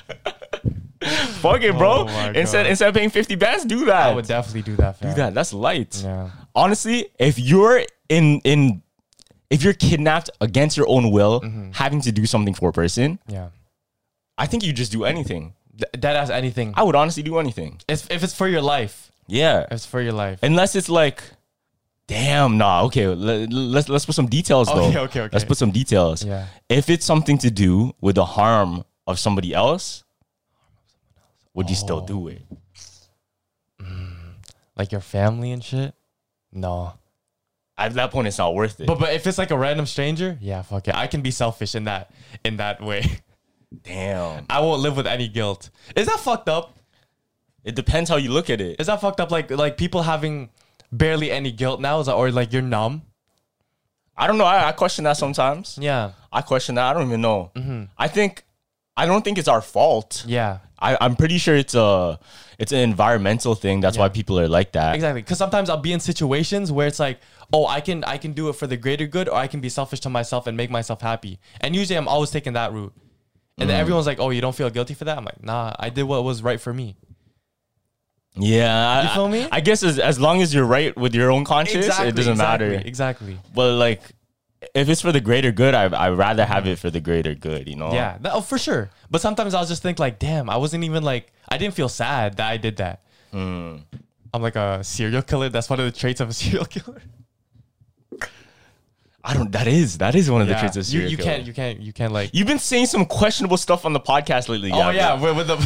Fuck it, bro. Oh my instead God. instead of paying fifty bands, do that. I would definitely do that. Fam. do that. That's light. Yeah. Honestly, if you're in in if you're kidnapped against your own will, Mm-hmm. having to do something for a person, Yeah. I think you just do anything. Th- that has anything. I would honestly do anything. It's, if it's for your life, Yeah. if it's for your life. unless it's like damn nah okay le- let's let's put some details though Okay, okay, okay. let's put some details Yeah. if it's something to do with the harm of somebody else would you still do it like your family and shit. No. at that point it's not worth it But but if it's like a random stranger, yeah, fuck it. I can be selfish in that in that way. damn I won't live with any guilt. Is that fucked up? it depends how you look at it Is that fucked up? Like like people having barely any guilt now, is that, or like you're numb? i don't know i, I question that sometimes Yeah, Mm-hmm. i question that i don't even know i think i don't think it's our fault yeah, I, i'm pretty sure it's a it's an environmental thing that's why people are like that exactly. Because sometimes I'll be in situations where it's like, oh, I can I can do it for the greater good, or I can be selfish to myself and make myself happy. And usually I'm always taking that route. And Mm. then everyone's like, oh, you don't feel guilty for that? I'm like, nah, I did what was right for me. Yeah, You I- feel me? I, guess as, as long as you're right with your own conscience, it doesn't exactly, matter. Exactly. But like, if it's for the greater good, I I rather have it for the greater good. You know? Yeah, that, oh, for sure. But sometimes I'll just think like, damn, I wasn't even like, I didn't feel sad that I did that. Hmm. I'm like a serial killer. That's one of the traits of a serial killer. I don't. That is that is one of the Yeah. traits of you, serial you killer. can't, you can't, you can't like. You've been saying some questionable stuff on the podcast lately. oh Gabby. yeah, with, with the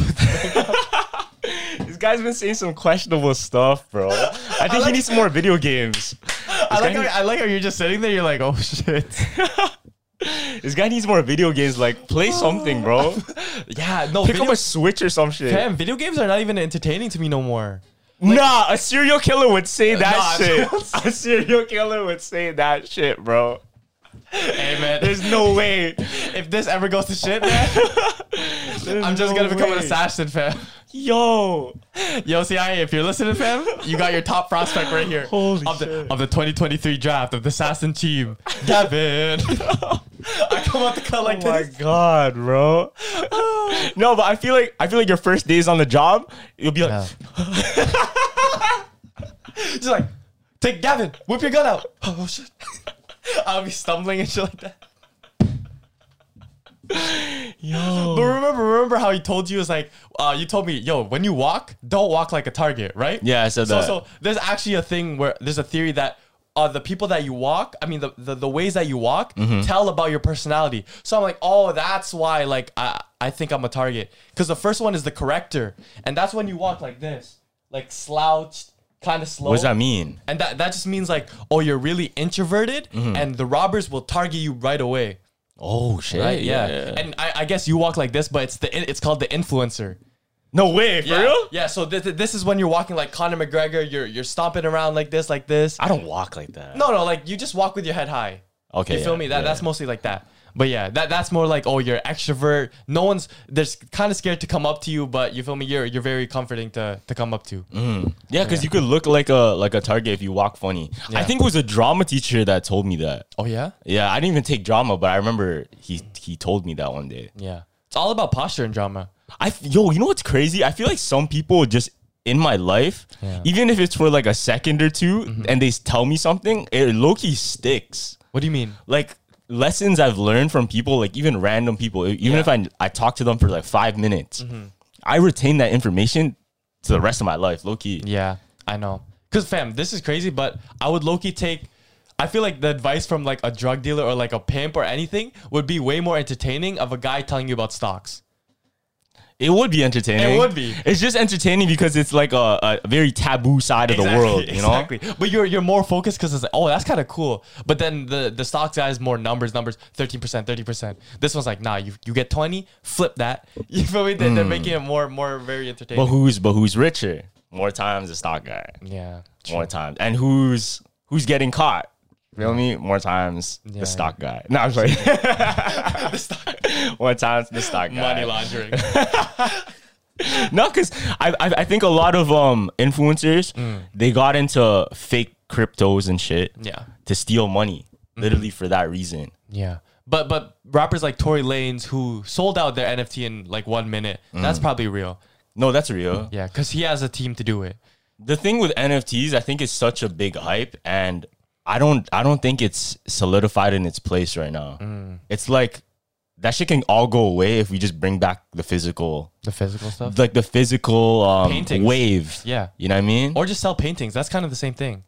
this guy's been saying some questionable stuff, bro. I think he needs some more video games. I like, This guy how, I like how you're just sitting there. You're like, oh shit. This guy needs more video games. Like, play something, bro. Yeah, no. Pick video, up a Switch or some shit. fam, video games are not even entertaining to me no more. nah, a serial killer would say that nah, shit. a serial killer would say that shit, bro. Hey man, There's no way. if this ever goes to shit, man, I'm just gonna become an assassin, fam. Yo. Yo, CIA, if you're listening, fam, you got your top prospect right here. Holy of the, shit. of the 2023 draft of the assassin team, Gavin. I come out the cut like oh my this. god, bro. no, but I feel like I feel like your first days on the job, you'll be like, Yeah. Just like, take Gavin, whip your gun out. Oh shit. I'll be stumbling and shit like that. yo, But remember, remember how he told you is like, uh, you told me, yo, when you walk, don't walk like a target, right? Yeah, I said so, that. So there's actually a thing where there's a theory that uh, the people that you walk, I mean, the, the, the ways that you walk Mm-hmm. tell about your personality. So I'm like, oh, that's why, like, I, I think I'm a target. Because the first one is the corrector. And that's when you walk like this, like slouched, kind of slow. what does that mean? And that, that just means like, oh, you're really introverted Mm-hmm. and the robbers will target you right away. Oh shit. Right? Yeah. And I, I guess you walk like this, but it's the in- it's called the influencer. no way, for Yeah. real? Yeah. So th- th- this is when you're walking like Conor McGregor. You're you're stomping around like this, like this. I don't walk like that. No, no. Like you just walk with your head high. Okay, You feel yeah, me? That yeah, that's mostly like that. But yeah, that that's more like oh you're extrovert. No one's they're kind of scared to come up to you, but you feel me? You're you're very comforting to to come up to. Yeah, because you could look like a like a target if you walk funny. I think it was a drama teacher that told me that. Oh yeah. Yeah, I didn't even take drama, but I remember he he told me that one day. Yeah. It's all about posture and drama. I f- yo, you know what's crazy? I feel like some people just in my life, even if it's for like a second or 2 and they s- tell me something, it low key sticks. What do you mean? Like lessons I've learned from people, like even random people, e- even if I I talk to them for like five minutes, I retain that information to the rest of my life, low key. Yeah, I know. Cause fam, this is crazy, but I would low key take. I feel like the advice from like a drug dealer or like a pimp or anything would be way more entertaining of a guy telling you about stocks. It would be entertaining. It would be. It's just entertaining because it's like a, a very taboo side of the world, you know? exactly. But you're you're more focused because it's like, oh, that's kind of cool. But then the the stocks guy is more numbers, numbers, thirteen percent, thirty percent. This one's like, nah, you you get twenty, flip that. You feel me? They're, they're making it more more very entertaining. Hmm. But who's but who's richer? More times the stock guy. yeah, More times. And who's who's getting caught? Feel me? More times the stock guy. No, I'm sorry. More times the stock guy. money laundering. No, because I, I I think a lot of um influencers Mm. they got into fake cryptos and shit. Yeah. Mm. To steal money, literally for that reason. Yeah. But but rappers like Tory Lanez who sold out their NFT in like one minute, that's probably real. No, that's real. Yeah, because he has a team to do it. the thing with NFTs, I think it's such a big hype, and I don't, I don't think it's solidified in its place right now. Mm. It's like that shit can all go away if we just bring back the physical, The physical stuff. like the physical um, Paintings. wave. Yeah. you know what I mean? or just sell paintings. That's kind of the same thing.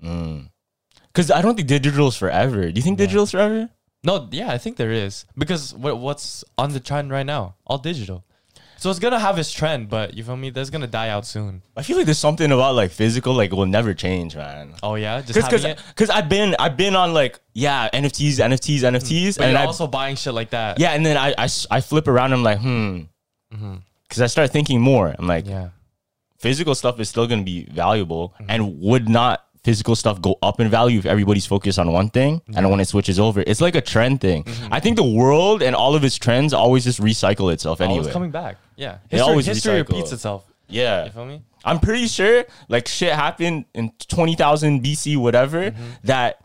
Because I don't think digital's forever. Do you think digital's forever? No, yeah, I think there is. Because what what's on the trend right now? All digital. So it's gonna have its trend, but you feel me? That's gonna die out soon. I feel like there's something about like physical, like will never change, man. Oh yeah? Just having Because it. because I've been I've been on like yeah NFTs NFTs NFTs Mm. But and you're I also buying shit like that. yeah and then I I, s- I flip around I'm like hmm because I start thinking more I'm like Mm-hmm. Yeah. Mm-hmm. physical stuff is still going to be valuable and would not physical stuff go up in value if everybody's focused on one thing and when it switches over it's like a trend thing Mm-hmm. i think the world and all of its trends always just recycle itself Always anyway Oh, coming back. Yeah. They History, always history recycle. repeats itself. yeah You feel me? i'm pretty sure like shit happened in 20000 bc whatever Mm-hmm. that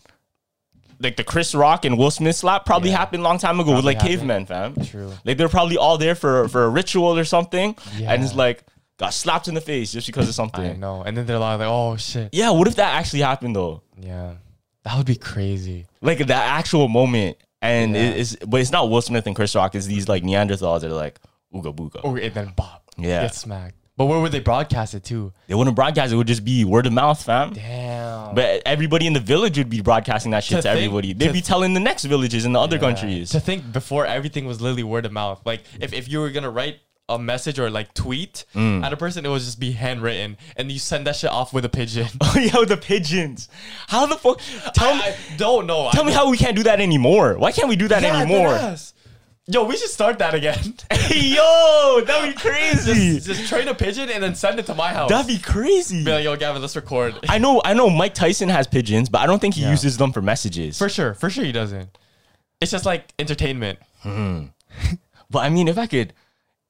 like the chris rock and will smith slap probably happened a long time ago with like happened. cavemen fam True. like they're probably all there for for a ritual or something and it's Yeah. like got slapped in the face just because of something I know. And then they're like, oh shit. yeah what if that actually happened though Yeah. That would be crazy. like the actual moment. And it- it's but it's not Will Smith and Chris Rock. It's these like Neanderthals that are like ooga booga. Oh, and then Bob. Yeah. Get smacked. But where would they broadcast it to? They wouldn't broadcast. It would just be word of mouth, fam. Damn. But everybody in the village would be broadcasting that shit To to, think- everybody. They'd to- be telling the next villages in the other countries. to think before everything was literally word of mouth. Like if, if you were gonna write a message or like tweet Mm. at a person, it would just be handwritten, and you send that shit off with a pigeon. Oh, Yo, the pigeons. How the fuck? Tell me. I, I don't know. Tell me how we can't do that anymore. Why can't we do that Yeah, anymore? deadass. Yo, we should start that again. Yo, that'd be crazy. just, just train a pigeon and then send it to my house. that'd be crazy. Be like, yo, Gavin, let's record. I know, I know. Mike Tyson has pigeons, but I don't think he uses them for messages. For sure, for sure he doesn't. It's just like entertainment. but I mean, if I could,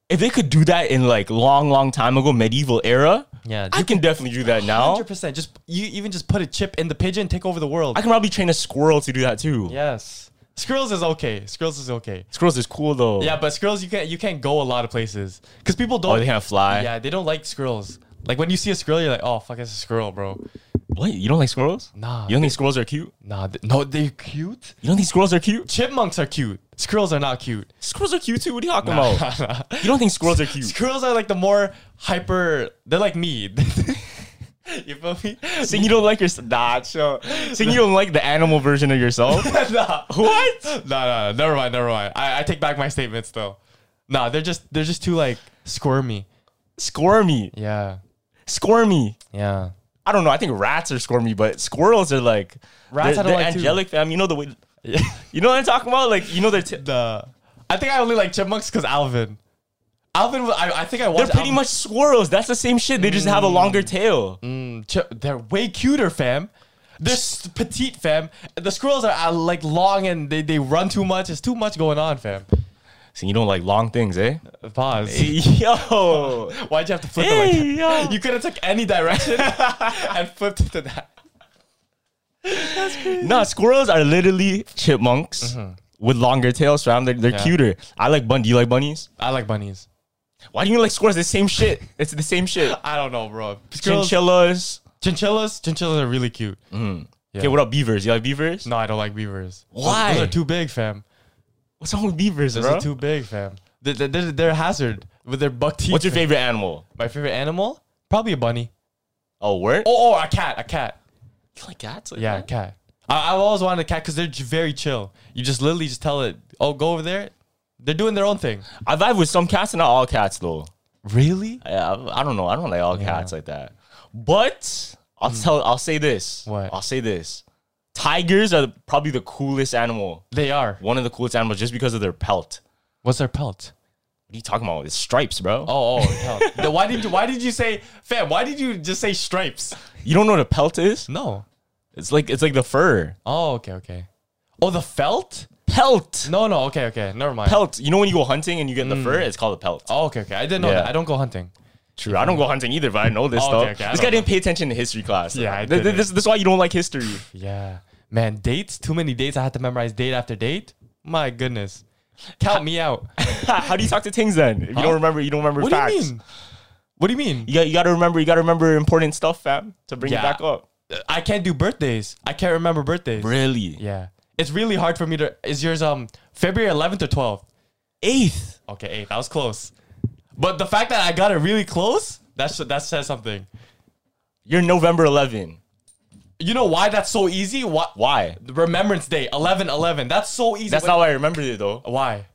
if they could do that in like long, long time ago, medieval era, Yeah, I you can definitely do that now. Hundred percent. Just you even just put a chip in the pigeon, take over the world. I can probably train a squirrel to do that too. yes, Skrills is okay. Skrills is okay. Squirrels is cool though. Yeah, but Skrills you can't you can't go a lot of places because people don't. Oh, they can't fly? Yeah, they don't like Skrills. Like when you see a Skrill, you're like, oh fuck, it's a Skrill, bro. What? You don't like squirrels? Nah. You don't think squirrels are cute? Nah, th- no, they're cute. You don't think squirrels are cute? Chipmunks are cute. Skrills are not cute. Squirrels are cute too. What are you talking about? you don't think squirrels are cute? Skrills are like the more hyper. They're like me. you feel me? Saying you don't like your nah, chill. Saying you don't like the animal version of yourself. nah. what? no, no, no, never mind, never mind. I, I take back my statements though. Nah, they're just they're just too like squirmy. Squirmy, Yeah, squirmy. yeah. I don't know. I think rats are squirmy, but squirrels are like Rats I they're, don't they're like, too. angelic fam. You know the way. You know what I'm talking about? Like you know they're t- The I think I only like chipmunks because Alvin. Alvin, was- I, I think I they're watched. pretty much squirrels. That's the same shit. They just have a longer tail. much. they're way cuter, fam. They're s- petite, fam. The squirrels are uh, like long and they, they run too much. It's too much going on, fam. So you don't like long things, eh? Pause. Yo, Why'd you have to flip Hey, it like yo. that? You could have took any direction and flipped it to that. nah, squirrels are literally chipmunks with longer tails, fam. They're, they're Mm-hmm. Yeah. cuter. I like bun. Do you like bunnies? I like bunnies. Why do you like squirrels? It's the same shit. It's the same shit. I don't know, bro. Squirrels- Chinchillas. Chinchillas, chinchillas are really cute. Okay, what about beavers? You like beavers? No, I don't like beavers. Those- Why? Those are too big, fam. What's wrong with beavers, Those bro? are too big, fam. They're, they're, they're a hazard with their buck teeth. What's your fam. favorite animal? My favorite animal? Probably a bunny. Oh, word? Oh, oh a cat, a cat. you like cats? Yeah, a cat. I, I've always wanted a cat because they're j- very chill. You just literally just tell it, oh, go over there. They're doing their own thing. I vibe with some cats and not all cats, though. Really? Yeah, I, I don't know. I don't like all cats like that. But I'll tell. I'll say this. Hmm. What? I'll say this. Tigers are probably the coolest animal. They are. One of the coolest animals, just because of their pelt. What's their pelt? What are you talking about? It's stripes, bro. Oh, oh, pelt. Then why did you? Why did you say, fam? Why did you just say stripes? You don't know what a pelt is? No. It's like it's like the fur. Oh, okay, okay. Oh, the felt? Pelt. No, no. Okay, okay. Never mind. Pelt. You know when you go hunting and you get the fur, it's called a pelt. Oh, okay, okay. I didn't know Yeah. that. I don't go hunting. True. I don't go hunting either, but I know this Oh, stuff. okay, okay, I This don't guy know. didn't pay attention to history class. Yeah, I Th- th- didn't. this, this is why you don't like history. Yeah. Man, dates, too many dates. I had to memorize date after date. My goodness. Count me out. How do you talk to things then? If you don't remember, you don't remember What facts. do you mean? What do you mean? You got, you got to remember. You got to remember important stuff, fam, to bring it Yeah. back up. I can't do birthdays. I can't remember birthdays. Really? Yeah. It's really hard for me to is yours um February 11th or 12th? Eighth. Okay, 8. That was close. But the fact that I got it really close, that's that says something. You're November 11. You know why that's so easy? Why, Why? Remembrance Day, 11 11. That's so easy. That's Wait, not why I remembered it though. why.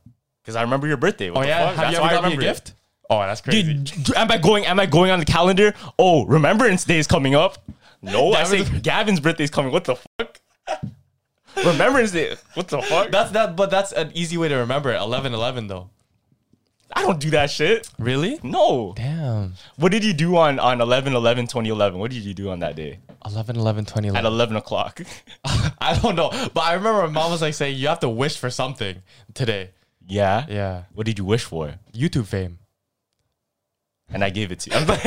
Because I remember your birthday. What Oh the yeah, fuck? have That's you why I ever got me a remembered it. gift? Oh, that's crazy. Dude, d- am I going? Am I going on the calendar? Oh, Remembrance Day is coming up. No, I say Gavin's- Gavin's birthday is coming. What the fuck? Remembrance Day. What the fuck? That's that, but that's an easy way to remember it. Eleven, eleven, though. I don't do that shit. Really? No. Damn. What did you do on on 11 11 2011? What did you do on that day? 11, 11, 20, At 11 o'clock. I don't know, but I remember my mom was like saying, "You have to wish for something today." yeah. Yeah. What did you wish for? YouTube fame. And I gave it to you. I'm like,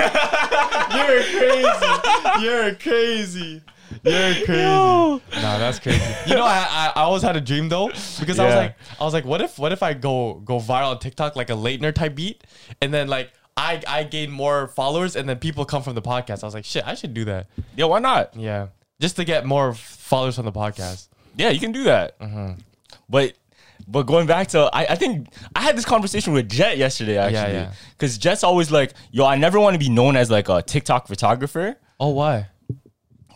You're crazy. You're crazy. You're crazy. Nah, that's crazy. You know, I, I I always had a dream though because I was Yeah. like I was like, what if what if I go go viral on TikTok like a Leitner type beat, and then like I I gain more followers, and then people come from the podcast. I was like, shit, I should do that. yeah, why not? Yeah, just to get more followers from the podcast. Yeah, you can do that. Mm-hmm. But but going back to I, I think I had this conversation with Jet yesterday actually. yeah. Cause Jet's always like, yo, I never want to be known as like a TikTok photographer. Oh, why?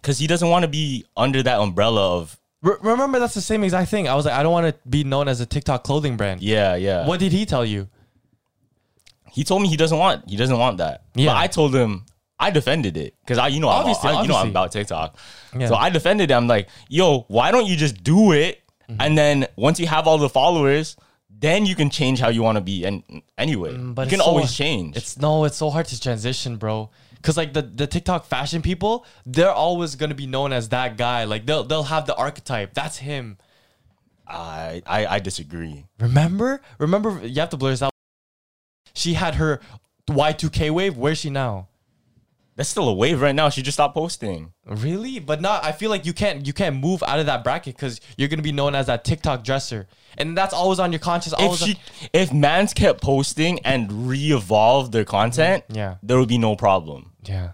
Cause he doesn't want to be under that umbrella of Re- remember, that's the same exact thing. I was like, I don't want to be known as a TikTok clothing brand. yeah, yeah. What did he tell you? He told me he doesn't want he doesn't want that. Yeah. But I told him I defended it because I you know Obviously, I'm, I, you know obviously. I'm about TikTok. Yeah. So I defended it. I'm like, yo, why don't you just do it? Mm-hmm. And then once you have all the followers, then you can change how you want to be. And anyway, you can Mm, it's so- always change. It's no, it's so hard to transition, bro. Cause like the, the TikTok fashion people, they're always gonna be known as that guy. Like they'll they'll have the archetype. That's him. I, I I disagree. Remember? Remember you have to blur this out. She had her Y2K wave. Where's she now? That's still a wave right now. She just stopped posting. Really? But not I feel like you can't you can't move out of that bracket because you're gonna be known as that TikTok dresser. And that's always on your conscience. If Always on- she if man's kept posting and re-evolved their content, Mm, Yeah. there would be no problem. Yeah.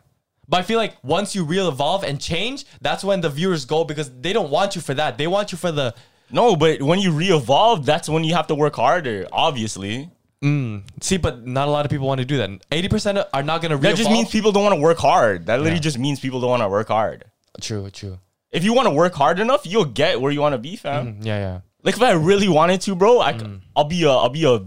But I feel like once you real evolve and change, that's when the viewers go because they don't want you for that. They want you for the No, but when you re-evolve, that's when you have to work harder. Obviously, see. But not a lot of people want to do that. Eighty percent are not gonna. that Re-evolve. just means people don't want to work hard. That literally just means people don't want to work hard. True. True. If you want to work hard enough, you'll get where you want to be, fam. Yeah. Mm, Yeah. Like if I really wanted to, bro, I, Mm. will be a, I'll be a,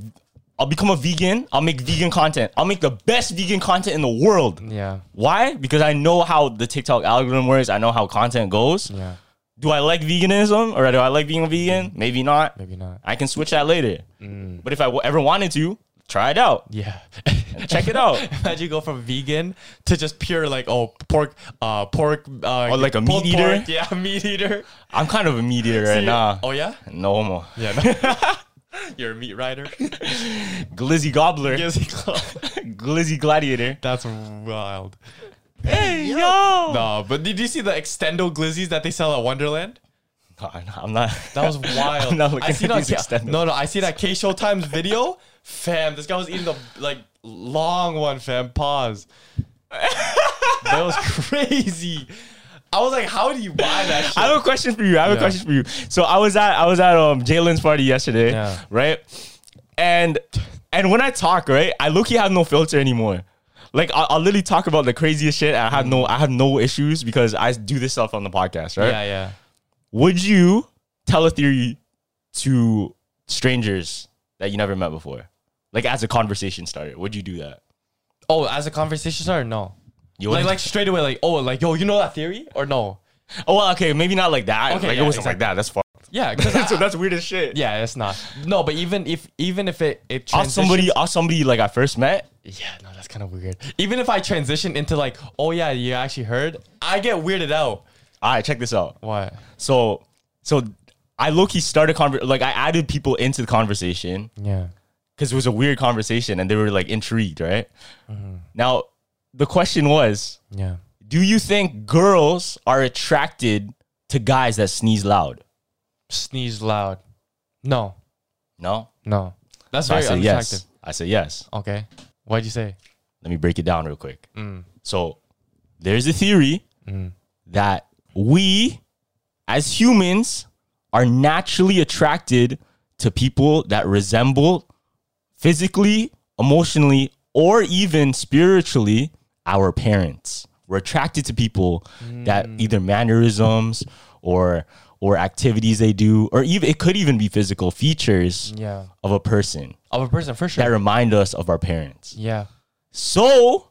I'll become a vegan. I'll make vegan content. I'll make the best vegan content in the world. Yeah. Why? Because I know how the TikTok algorithm works. I know how content goes. Yeah. Mm. Do I like veganism or do I like being a vegan? Maybe not. Maybe not. Mm. I can switch that later. But if I w- ever wanted to, try it out. Yeah. Check it out. Imagine you go from vegan to just pure like oh pork, uh pork, uh, Or Oh, like a pulled meat eater? pork. Yeah, meat eater. I'm kind of a meteor right now. Oh yeah. No homo. Yeah. no. You're a meat rider. Glizzy gobbler. Glizzy gladiator. That's wild. Hey, yo. No, but did you see the extendo glizzies that they sell at Wonderland? No, I'm not- I'm not. That was I'm wild. not looking I see at that. these extended. No, no, I see that K Showtime's video. Fam, this guy was eating the like long one. Fam, pause. that was crazy. I was like, how do you buy that? Shit? I have a question for you. I have a Yeah. question for you. So I was at I was at um Jalen's party yesterday, Yeah. right? And and when I talk, right, I look you have no filter anymore. Like I, I'll literally talk about the craziest shit. I have no I have no issues because I do this stuff on the podcast, right? yeah, yeah. Would you tell a theory to strangers that you never met before, like as a conversation starter? Would you do that? Oh, as a conversation starter, no. You Like, wouldn't? like straight away, like, oh, like, yo, you know that theory or no? oh well, okay, maybe not like that. Okay, like it yeah, wasn't like that. That's far. Yeah, because so that's weird as shit. yeah, it's not. No, but even if even if it it Ask somebody, transitions- ask somebody like I first met, Yeah, no, that's kind of weird. Even if I transition into like, oh yeah, you actually heard, I get weirded out. All right, check this out. What? So, so I low key started conver- like I added people into the conversation Yeah. because it was a weird conversation and they were like intrigued, right? Mm-hmm. Now, the question was, Yeah. do you think girls are attracted to guys that sneeze loud? Sneeze loud. No, No, no. That's so I very said unattractive. yes. I said yes. Okay. Why'd you say? Let me break it down real quick. So, there's a theory that we, as humans, are naturally attracted to people that resemble physically, emotionally, or even spiritually our parents. We're attracted to people that either mannerisms or or activities they do, or even it could even be physical features Yeah. of a person Of a person for that sure. remind us of our parents. yeah. So,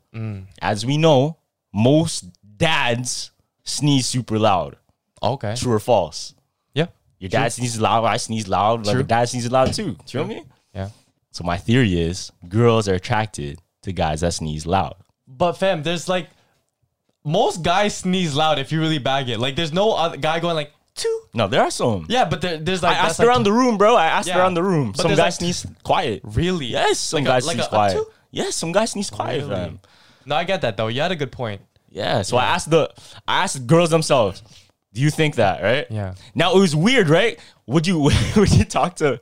as we know, most dads sneeze super loud. Oh, Okay. True or false? Yeah. Your dad sneezes loud, I sneeze loud, like your dad sneezes loud too. Do you feel me? Yeah. So my theory is girls are attracted to guys that sneeze loud. But fam, there's like most guys sneeze loud if you really bag it. Like there's no other guy going like two. No, there are some. Yeah, but there, there's I like asked around the room, bro. I asked Yeah. around the room. But some there's guys like- sneeze quiet. really Yes, some Like a- guys like sneeze a- a quiet. two? Yes, some guys sneeze quiet, Really? fam. No, I get that though. You had a good point. Yeah. So I asked the I asked girls themselves, do you think that, right? Yeah. Now it was weird, right? Would you would you talk to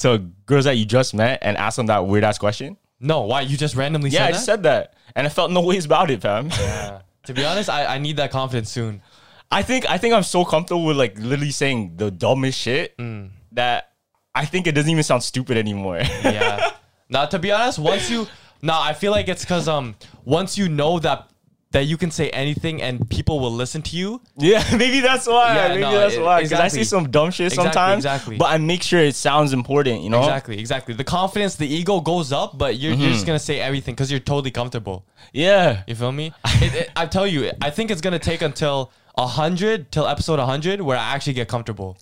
to girls that you just met and ask them that weird ass question? No, why you just randomly yeah, said I that? just said that. And I felt no ways about it, fam. to be honest, I, I need that confidence soon. I think I think I'm so comfortable with like literally saying the dumbest shit Mm. that I think it doesn't even sound stupid anymore. Yeah. now, to be honest, once you now, I feel like it's because um once you know that that you can say anything and people will listen to you. Yeah, maybe that's why. Yeah, maybe no, that's e- why. Because I exactly. see some dumb shit Exactly, sometimes. exactly. But I make sure it sounds important, you know? Exactly, exactly. The confidence, the ego goes up, but you're, you're just gonna say everything because you're totally comfortable. Yeah. You feel me? it, it, I tell you, I think it's gonna take until hundred, till episode hundred, where I actually get comfortable.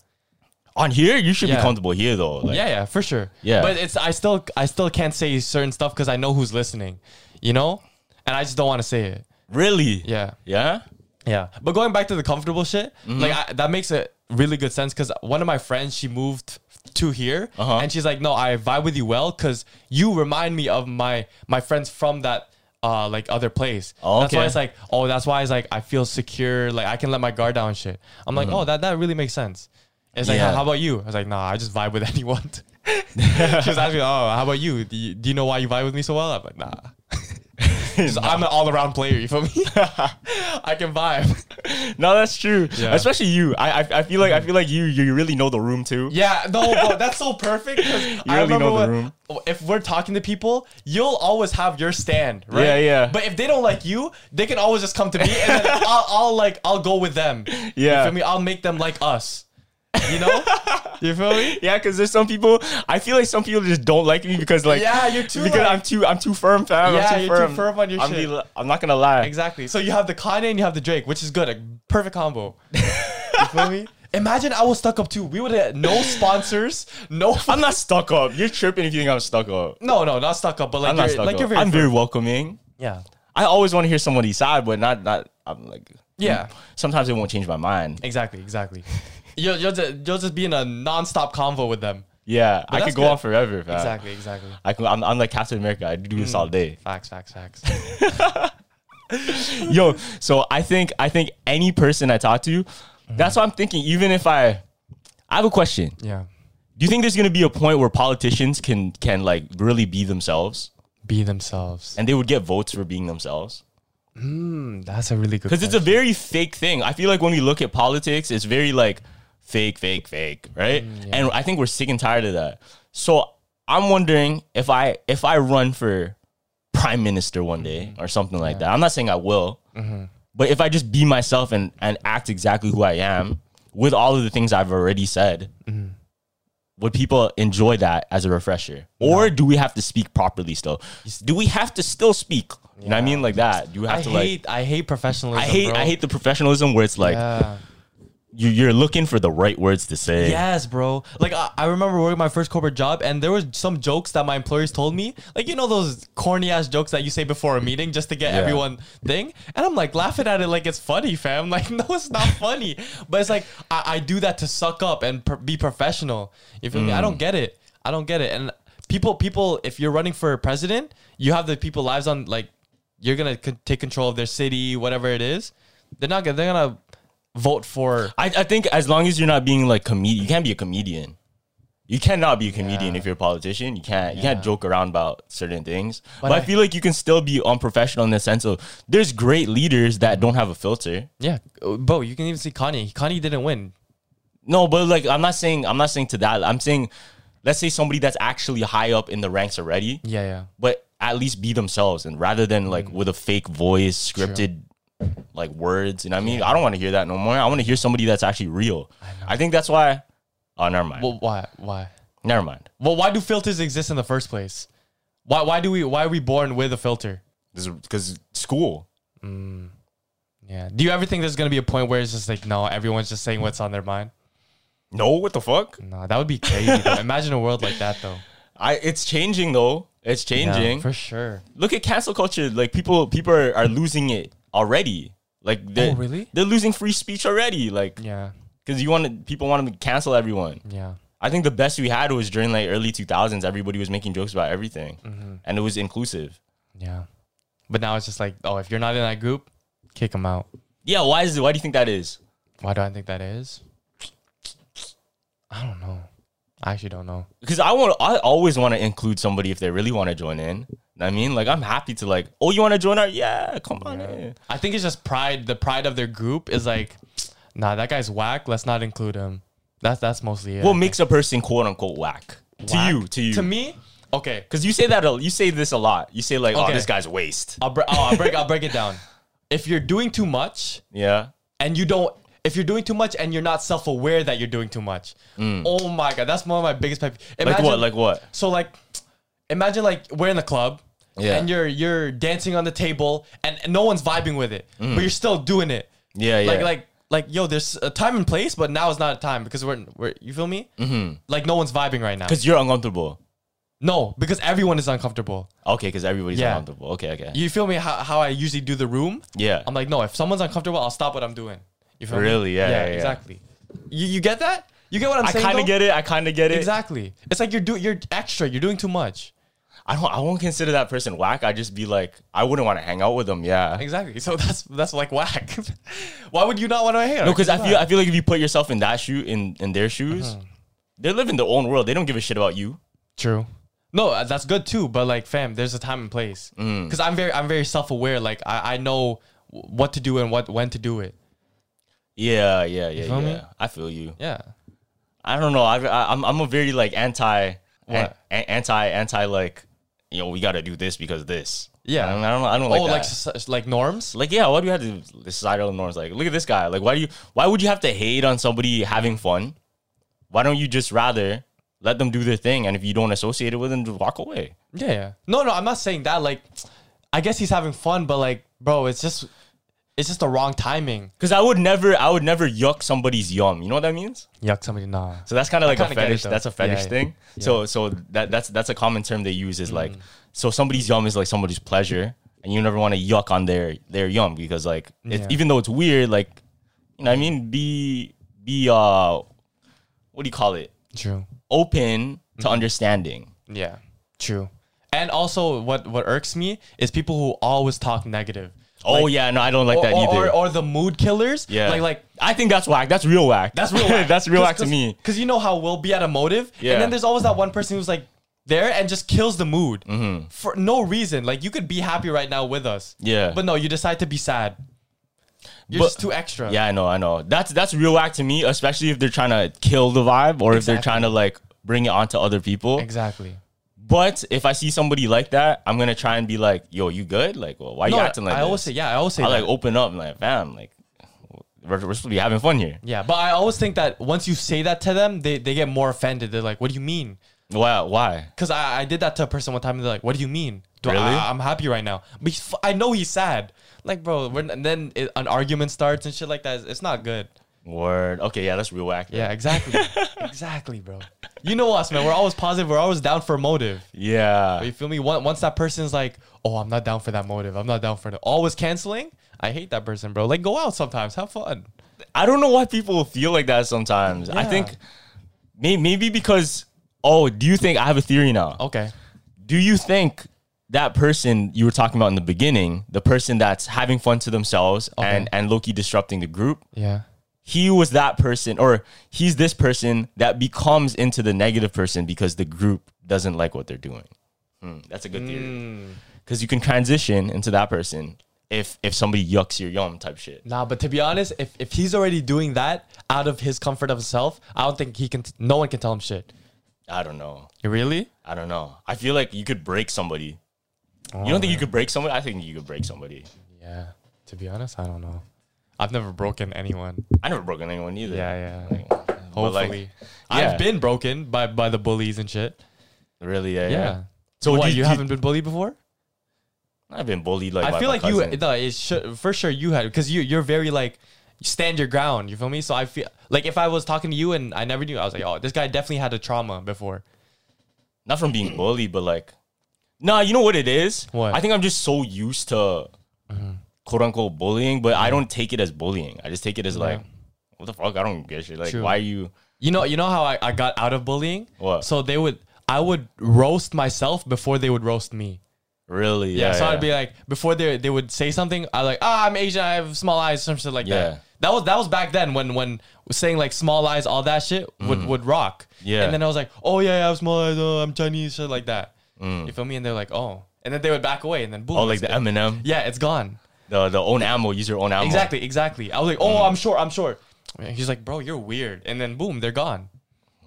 On here, you should Yeah. be comfortable here though. Like, yeah, yeah, for sure. Yeah. but it's I still I still can't say certain stuff because I know who's listening, you know, and I just don't want to say it. Really? Yeah. Yeah? Mm-hmm. Yeah. But going back to the comfortable shit, like I, that makes a really good sense because one of my friends, she moved to here Uh-huh. and she's like, no, I vibe with you well because you remind me of my my friends from that. Uh, like other place. Oh, That's why okay. it's like, oh, that's why it's like I feel secure. Like I can let my guard down. and Shit. I'm like, oh, that that really makes sense. It's like, Yeah. how, how about you? I was like, nah, I just vibe with anyone. she was asking, oh, how about you? Do, you? do you know why you vibe with me so well? I'm like, nah. Just- I'm an all around player. You feel me? I can vibe. No, that's true. Yeah. Especially you. I, I I feel like I feel like you you really know the room too. Yeah, no, bro, that's so perfect. You I really remember know the when- room. If we're talking to people, you'll always have your stand, right? Yeah, yeah. But if they don't like you, they can always just come to me, and then I'll, I'll like I'll go with them. Yeah. you feel me? I'll make them like us. You know? you feel me? Yeah, because there's some people. I feel like some people just don't like me because like Yeah, you're too, because like- I'm too I'm too firm, fam. Yeah, I'm too you're too firm. firm on your I'm shit. be- I'm not gonna lie. Exactly. So you have the Kanye and you have the Drake, which is good. A perfect combo. you feel me? Imagine I was stuck up too. We would have no sponsors, no. I'm not stuck up. You're tripping if you think I'm stuck up. no, no, not stuck up, but like I'm you're, not stuck like up. you're very, I'm firm. very welcoming. yeah, I always want to hear somebody's side, but not not. I'm like yeah. sometimes it won't change my mind. Exactly, exactly. you'll, you'll, just, you'll just be in a non-stop convo with them. Yeah, I that's could go good. on forever. Fam. Exactly, Mm. exactly. I can, I'm, I'm like Captain America. I do this all day. Facts, facts, facts. Yo, so I think I think any person I talk to, that's what I'm thinking. Even if I, I have a question. yeah. Do you think there's gonna be a point where politicians can can like really be themselves Be themselves. and they would get votes for being themselves? Mm, That's a really good Because it's a very fake thing. I feel like when we look at politics, it's very like fake, fake, fake, right? Mm, And I think we're sick and tired of that. So I'm wondering if I if I run for prime minister one day Mm-hmm. or something like that. I'm not saying I will, but if I just be myself and and act exactly who I am with all of the things I've already said. Mm-hmm. Would people enjoy that as a refresher, or do we have to speak properly still? Do we have to still speak? You know what I mean, like that. Do you have I to like? hate, I hate professionalism. I hate bro. I hate the professionalism where it's like Yeah. you, you're looking for the right words to say. Yes, bro. Like I, I remember working my first corporate job, and there was some jokes that my employers told me, like you know those corny ass jokes that you say before a meeting just to get everyone thing. And I'm like laughing at it like it's funny, fam. Like no, it's not funny. But it's like I, I do that to suck up and pr- be professional. You feel me? I don't get it. I don't get it. And people, people, if you're running for president, you have the people lives on like you're gonna c- take control of their city, whatever it is. They're not gonna. They're gonna vote for. I, I think as long as you're not being like comedian, you can't be a comedian. You cannot be a comedian if you're a politician. You can't you can't joke around about certain things. But, I, I- feel like you can still be unprofessional in the sense of there's great leaders that don't have a filter. Yeah, uh, bro, you can even see Kanye. Kanye didn't win. No, but like I'm not saying I'm not saying to that. I'm saying let's say somebody that's actually high up in the ranks already. Yeah, yeah. but at least be themselves and rather than like with a fake voice scripted like words you know what i mean i don't want to hear that no more i want to hear somebody that's actually real i, think that's why oh never mind Well, why? Why? never mind Well, why do filters exist in the first place? Why? Why do we? Why are we born with a filter? this is because school Yeah. Do you ever think there's gonna be a point where it's just like, no, everyone's just saying what's on their mind? no what the fuck No, that would be crazy. though. Imagine a world like that, though. i it's changing though it's Yeah, changing for sure. look at cancel culture like people people are, are losing it already like they're, really? they're losing free speech already like Yeah, because you want to people want to cancel everyone yeah. I think the best we had was during like early 2000s. Everybody was making jokes about everything, Mm-hmm. and it was inclusive. Yeah. But now it's just like, oh, if you're not in that group, kick them out. Yeah, why is it? Why do you think that is? Why do I think that is? I don't know. I actually don't know. Because I want, I always want to include somebody if they really want to join in. I mean, like I'm happy to like, oh, you want to join our? Yeah, come on in. I think it's just pride. The pride of their group is like, nah, that guy's whack. Let's not include him. That's that's mostly it. What makes a person quote unquote whack? To you, to you, to me, okay. Because you say that, a- you say this a lot. You say like, oh, Okay. Uh, this guy's waste. I'll, bre- oh, I'll break. I'll break it down. if you're doing too much Yeah. and you don't if you're doing too much and you're not self-aware that you're doing too much oh my god that's one of my biggest pet peeves. Mm. Like what? Imagine- Like what? so like imagine like we're in the club Yeah. and you're you're dancing on the table and, and no one's vibing with it but you're still doing it Mm. Yeah, like yeah. like like yo there's a time and place but now is not a time because we're, we're you feel me mm-hmm. like no one's vibing right now Because you're uncomfortable. no because everyone is uncomfortable Okay, because everybody's Yeah. uncomfortable. Okay, okay. you feel me how, how i usually do the room yeah. i'm like no if someone's uncomfortable i'll stop what i'm doing you feel Really? me? Yeah, yeah, yeah. exactly you, you get that you get what i'm I saying kind though? of get it. I kind of get it. exactly it's like you're do you're extra you're doing too much I don't. I won't consider that person whack. I just be like, I wouldn't want to hang out with them. Yeah. Exactly. So that's that's like whack. Why would you not Uh-huh. want to hang out? No, because I feel I feel like if you put yourself in that shoe in in their shoes, they're living their own world. They don't give a shit about you. true. No, uh, that's good too. But like, fam, there's a time and place. Mm. Because I'm very I'm very self aware. Like I, I know w- what to do and what when to do it. Yeah, yeah, yeah, feel yeah. me? I feel you. Yeah. I don't know. I, I I'm I'm a very like anti an, What? anti anti like yo. We got to do this because this. Yeah. I don't. I don't, I don't like oh, that. like s- s- like norms. like yeah, why do you have to societal norms? Like, look at this guy. Like, why do you? Why would you have to hate on somebody having fun? Why don't you just rather let them do their thing? And if you don't associate it with them, just walk away. Yeah, yeah. No, no, I'm not saying that. Like, I guess he's having fun, but like, bro, it's just it's just the wrong timing. Because I would never, I would never yuck somebody's yum. You know what that means? Yuck, somebody nah. So that's kind of like a kinda get it, fetish. though. that's a fetish Yeah, Mm. yeah. thing. So so that that's that's a common term they use is like so somebody's yum is like somebody's pleasure, and you never want to yuck on their their yum because like it's, Yeah. even though it's weird, like you know what I mean be be uh what do you call it True. open Mm-hmm. to understanding. Yeah, true. And also, what what irks me is people who always talk negative. oh Like, yeah, no, I don't like or, that either. or, or the mood killers. yeah, like like I think that's whack. That's real whack. that's real. Whack. that's real whack to me. Because you know how we'll be at a motive, Yeah. and then there's always that one person who's like there and just kills the mood Mm-hmm. for no reason. Like you could be happy right now with us. Yeah. But no, you decide to be sad. You're But- just too extra. Yeah, I know, I know. That's that's real whack to me, especially if they're trying to kill the vibe or if they're Exactly. trying to like bring it onto other people. Exactly. But if I see somebody like that, I'm gonna try and be like, "Yo, you good? Like, well, why No, you acting like I this?" always say yeah. I always say I that. like oh. open up, and like, fam, like, we're, we're supposed to be having fun here. yeah, but I always think that once you say that to them, they, they get more offended. They're like, "What do you mean?" Why? Why? Because I, I did that to a person one time. And they're like, "What do you mean? Do I- Really? I, am happy right now, but he's f- I know he's sad. Like, bro, we're, and then it, an argument starts and shit like that. It's, it's not good. Word. Okay, yeah, that's real whack. Yeah, exactly, exactly, bro. You know us, man. We're always positive. We're always down for a motive. Yeah. You feel me? Once, once that person's like, "Oh, I'm not down for that motive. I'm not down for it." Always canceling. I hate that person, bro. Like, go out sometimes. Have fun. I don't know why people feel like that sometimes. I Yeah. think may- maybe because oh, do you think I have a theory now? Okay. do you think that person you were talking about in the beginning, the person that's having fun to themselves and and Loki disrupting the group, Yeah. he was that person or he's this person that becomes into the negative person because the group doesn't like what they're doing. Hmm, that's a good theory. Cuz you can transition into that person if if somebody yucks your yum type shit. Nah, but to be honest, if, if he's already doing that out of his comfort of himself, I don't think he can. no one can tell him shit. I don't know. Really? I don't know. I feel like you could break somebody. you Oh, don't think you could break somebody? I think you could break somebody. Yeah. To be honest, I don't know. I've never broken anyone. I never broken anyone either. Yeah, yeah. But, like, Hopefully, yeah. I've been broken by by the bullies and shit. Really? Yeah. Yeah. yeah. So do what? you- You, do you- haven't been bullied before? I've been bullied like. I by feel my like you. cousin. No, it should, for sure you had because you you're very like stand your ground. You feel me? So I feel like if I was talking to you and I never knew, I was like, oh, this guy definitely had a trauma before. Not from being bullied, but like, nah. You know what it is? What? Mm-hmm. I think I'm just so used to quote unquote bullying, but I don't take it as bullying. I just take it as like, what the fuck? I don't get shit. Like, True. why you? You know, you know how I, I got out of bullying? What? So they would I would roast myself before they would roast me. Really? Yeah. so I'd be like before they they would say something, I like, ah, I'm Asian, I have small eyes, some shit like Yeah. that. That was that was back then when when saying like small eyes, all that shit would would rock. Mm. Yeah. And then I was like, oh yeah, yeah I have small eyes, oh, I'm Chinese, shit like that. You feel me? And they're like, oh. And then they would back away and then boom. Mm. Oh, like it's the gone. Eminem, Yeah, it's gone. the the own ammo, use your own ammo. Exactly, exactly. I was like, Mm. oh, I'm short, I'm short. He's like, bro, you're weird. And then boom, they're gone.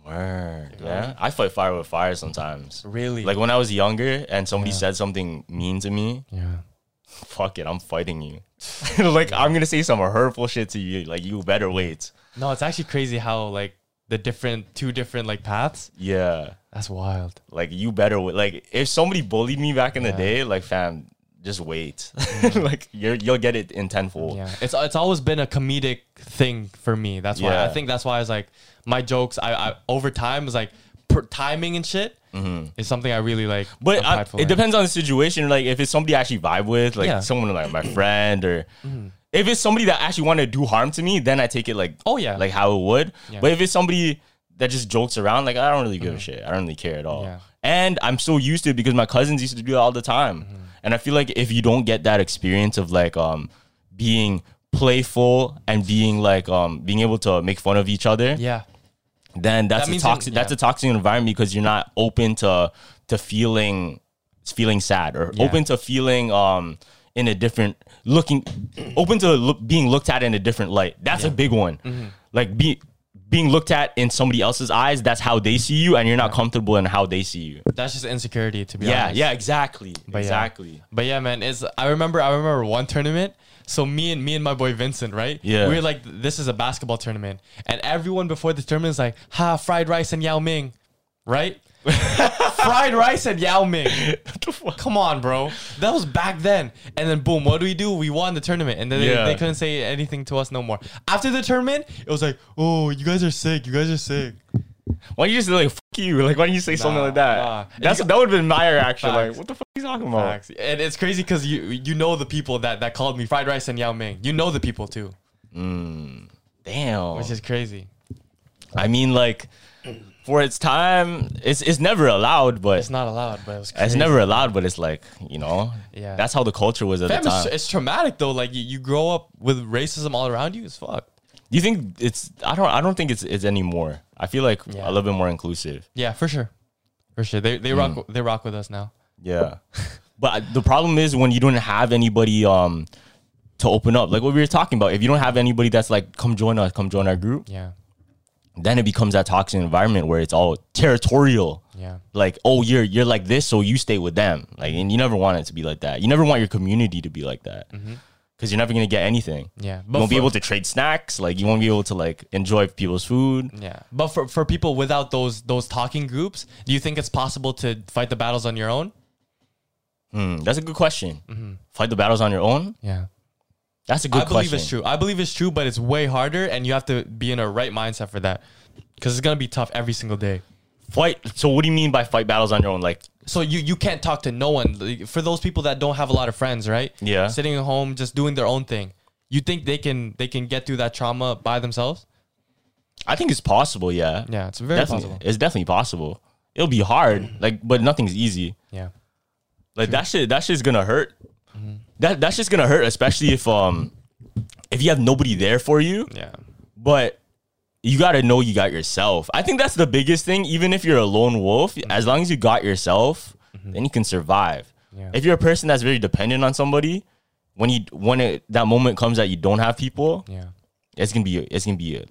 Word. Yeah. I fight fire with fire sometimes. Really? Like when I was younger, and somebody said something mean to me, Yeah. fuck it, I'm fighting you. like I'm gonna say some hurtful shit to you. Like you better wait. No, it's actually crazy how like the different two different like paths. Yeah. That's wild. Like you better wait. Like if somebody bullied me back in the day, like fam, just wait. like you're you'll get it in tenfold. Yeah, it's it's always been a comedic thing for me. That's why I Yeah. think that's why I was like my jokes. I, I over time is like per, timing and shit is something I really like. Mm-hmm. But I'm I, prideful it in. depends on the situation. Like if it's somebody I actually vibe with, like Yeah. Mm-hmm. someone like my friend, or if it's somebody that actually want to do harm to me, then I take it like Oh, yeah. Mm-hmm. like how it would. But if it's somebody that just jokes around, like I don't really give a shit. I don't really care at all. Yeah. And I'm so used to it because my cousins used to do that all the time. Mm-hmm. And I feel like if you don't get that experience of like um being playful and being like um being able to make fun of each other, Yeah, then that's That a means toxic in- that's yeah. a toxic environment because you're not open to to feeling feeling sad or open to feeling um in a different looking open to look, being looked at in a different light that's a big one like be being looked at in somebody else's eyes that's how they see you and you're not comfortable in how they see you that's just insecurity to be yeah honest. yeah exactly But yeah. exactly But yeah, man, it's I remember I remember one tournament. So me and me and my boy Vincent, right? Yeah. We were like, this is a basketball tournament, and everyone before the tournament is like, ha, fried rice and Yao Ming, right? fried rice and Yao Ming. Come on, bro. That was back then. And then boom, what do we do? We won the tournament, and then they- Yeah. they, couldn't say anything to us no more. After the tournament, it was like, oh, you guys are sick. You guys are sick. why don't you just like fuck you like why don't you say something like that nah. that's that would have been my reaction Facts. like what the fuck are you talking about Facts. And it's crazy because you you know the people that that called me fried rice and Yao Ming. You know the people too, damn which is crazy. I mean, like for its time, it's it's never allowed, but It's it's, not allowed, but it was crazy. never allowed, but it's like you know, Yeah. that's how the culture was at Fam, the it's, time. it's traumatic though. Like you, you grow up with racism all around you. It's fucked. Do you think it's? I don't. I don't think it's it's anymore. I feel like a little bit more inclusive. Yeah, for sure, for sure. They they Mm. rock they rock with us now. Yeah, but the problem is when you don't have anybody um to open up, like what we were talking about. If you don't have anybody that's like, come join us, come join our group, Yeah, then it becomes that toxic environment where it's all territorial. yeah, like oh you're you're like this so you stay with them like and you never want it to be like that you never want your community to be like that because you're never gonna get anything Mm-hmm. Yeah. you won't be But- able to trade snacks like you won't be able to like enjoy people's food yeah. But for for people without those those talking groups, do you think it's possible to fight the battles on your own? Hmm, that's a good question fight the battles on your own Yeah, that's a good Mm-hmm. I believe question it's true. I believe it's true, but it's way harder, and you have to be in a right mindset for that because it's gonna be tough every single day. fight so what do you mean by fight battles on your own like so you you can't talk to no one Like, for those people that don't have a lot of friends right Yeah. sitting at home just doing their own thing you think they can they can get through that trauma by themselves I think it's possible yeah yeah it's very Definitely- possible it's definitely possible it'll be hard like but nothing's easy yeah Like that shit, that shit's gonna hurt. That that's just gonna hurt, especially if um if you have nobody there for you. yeah But you gotta know you got yourself. I think that's the biggest thing. Even if you're a lone wolf, as long as you got yourself, then you can survive. If you're a person that's very dependent on somebody, when you when it, that moment comes that you don't have people, yeah it's gonna be it's gonna be a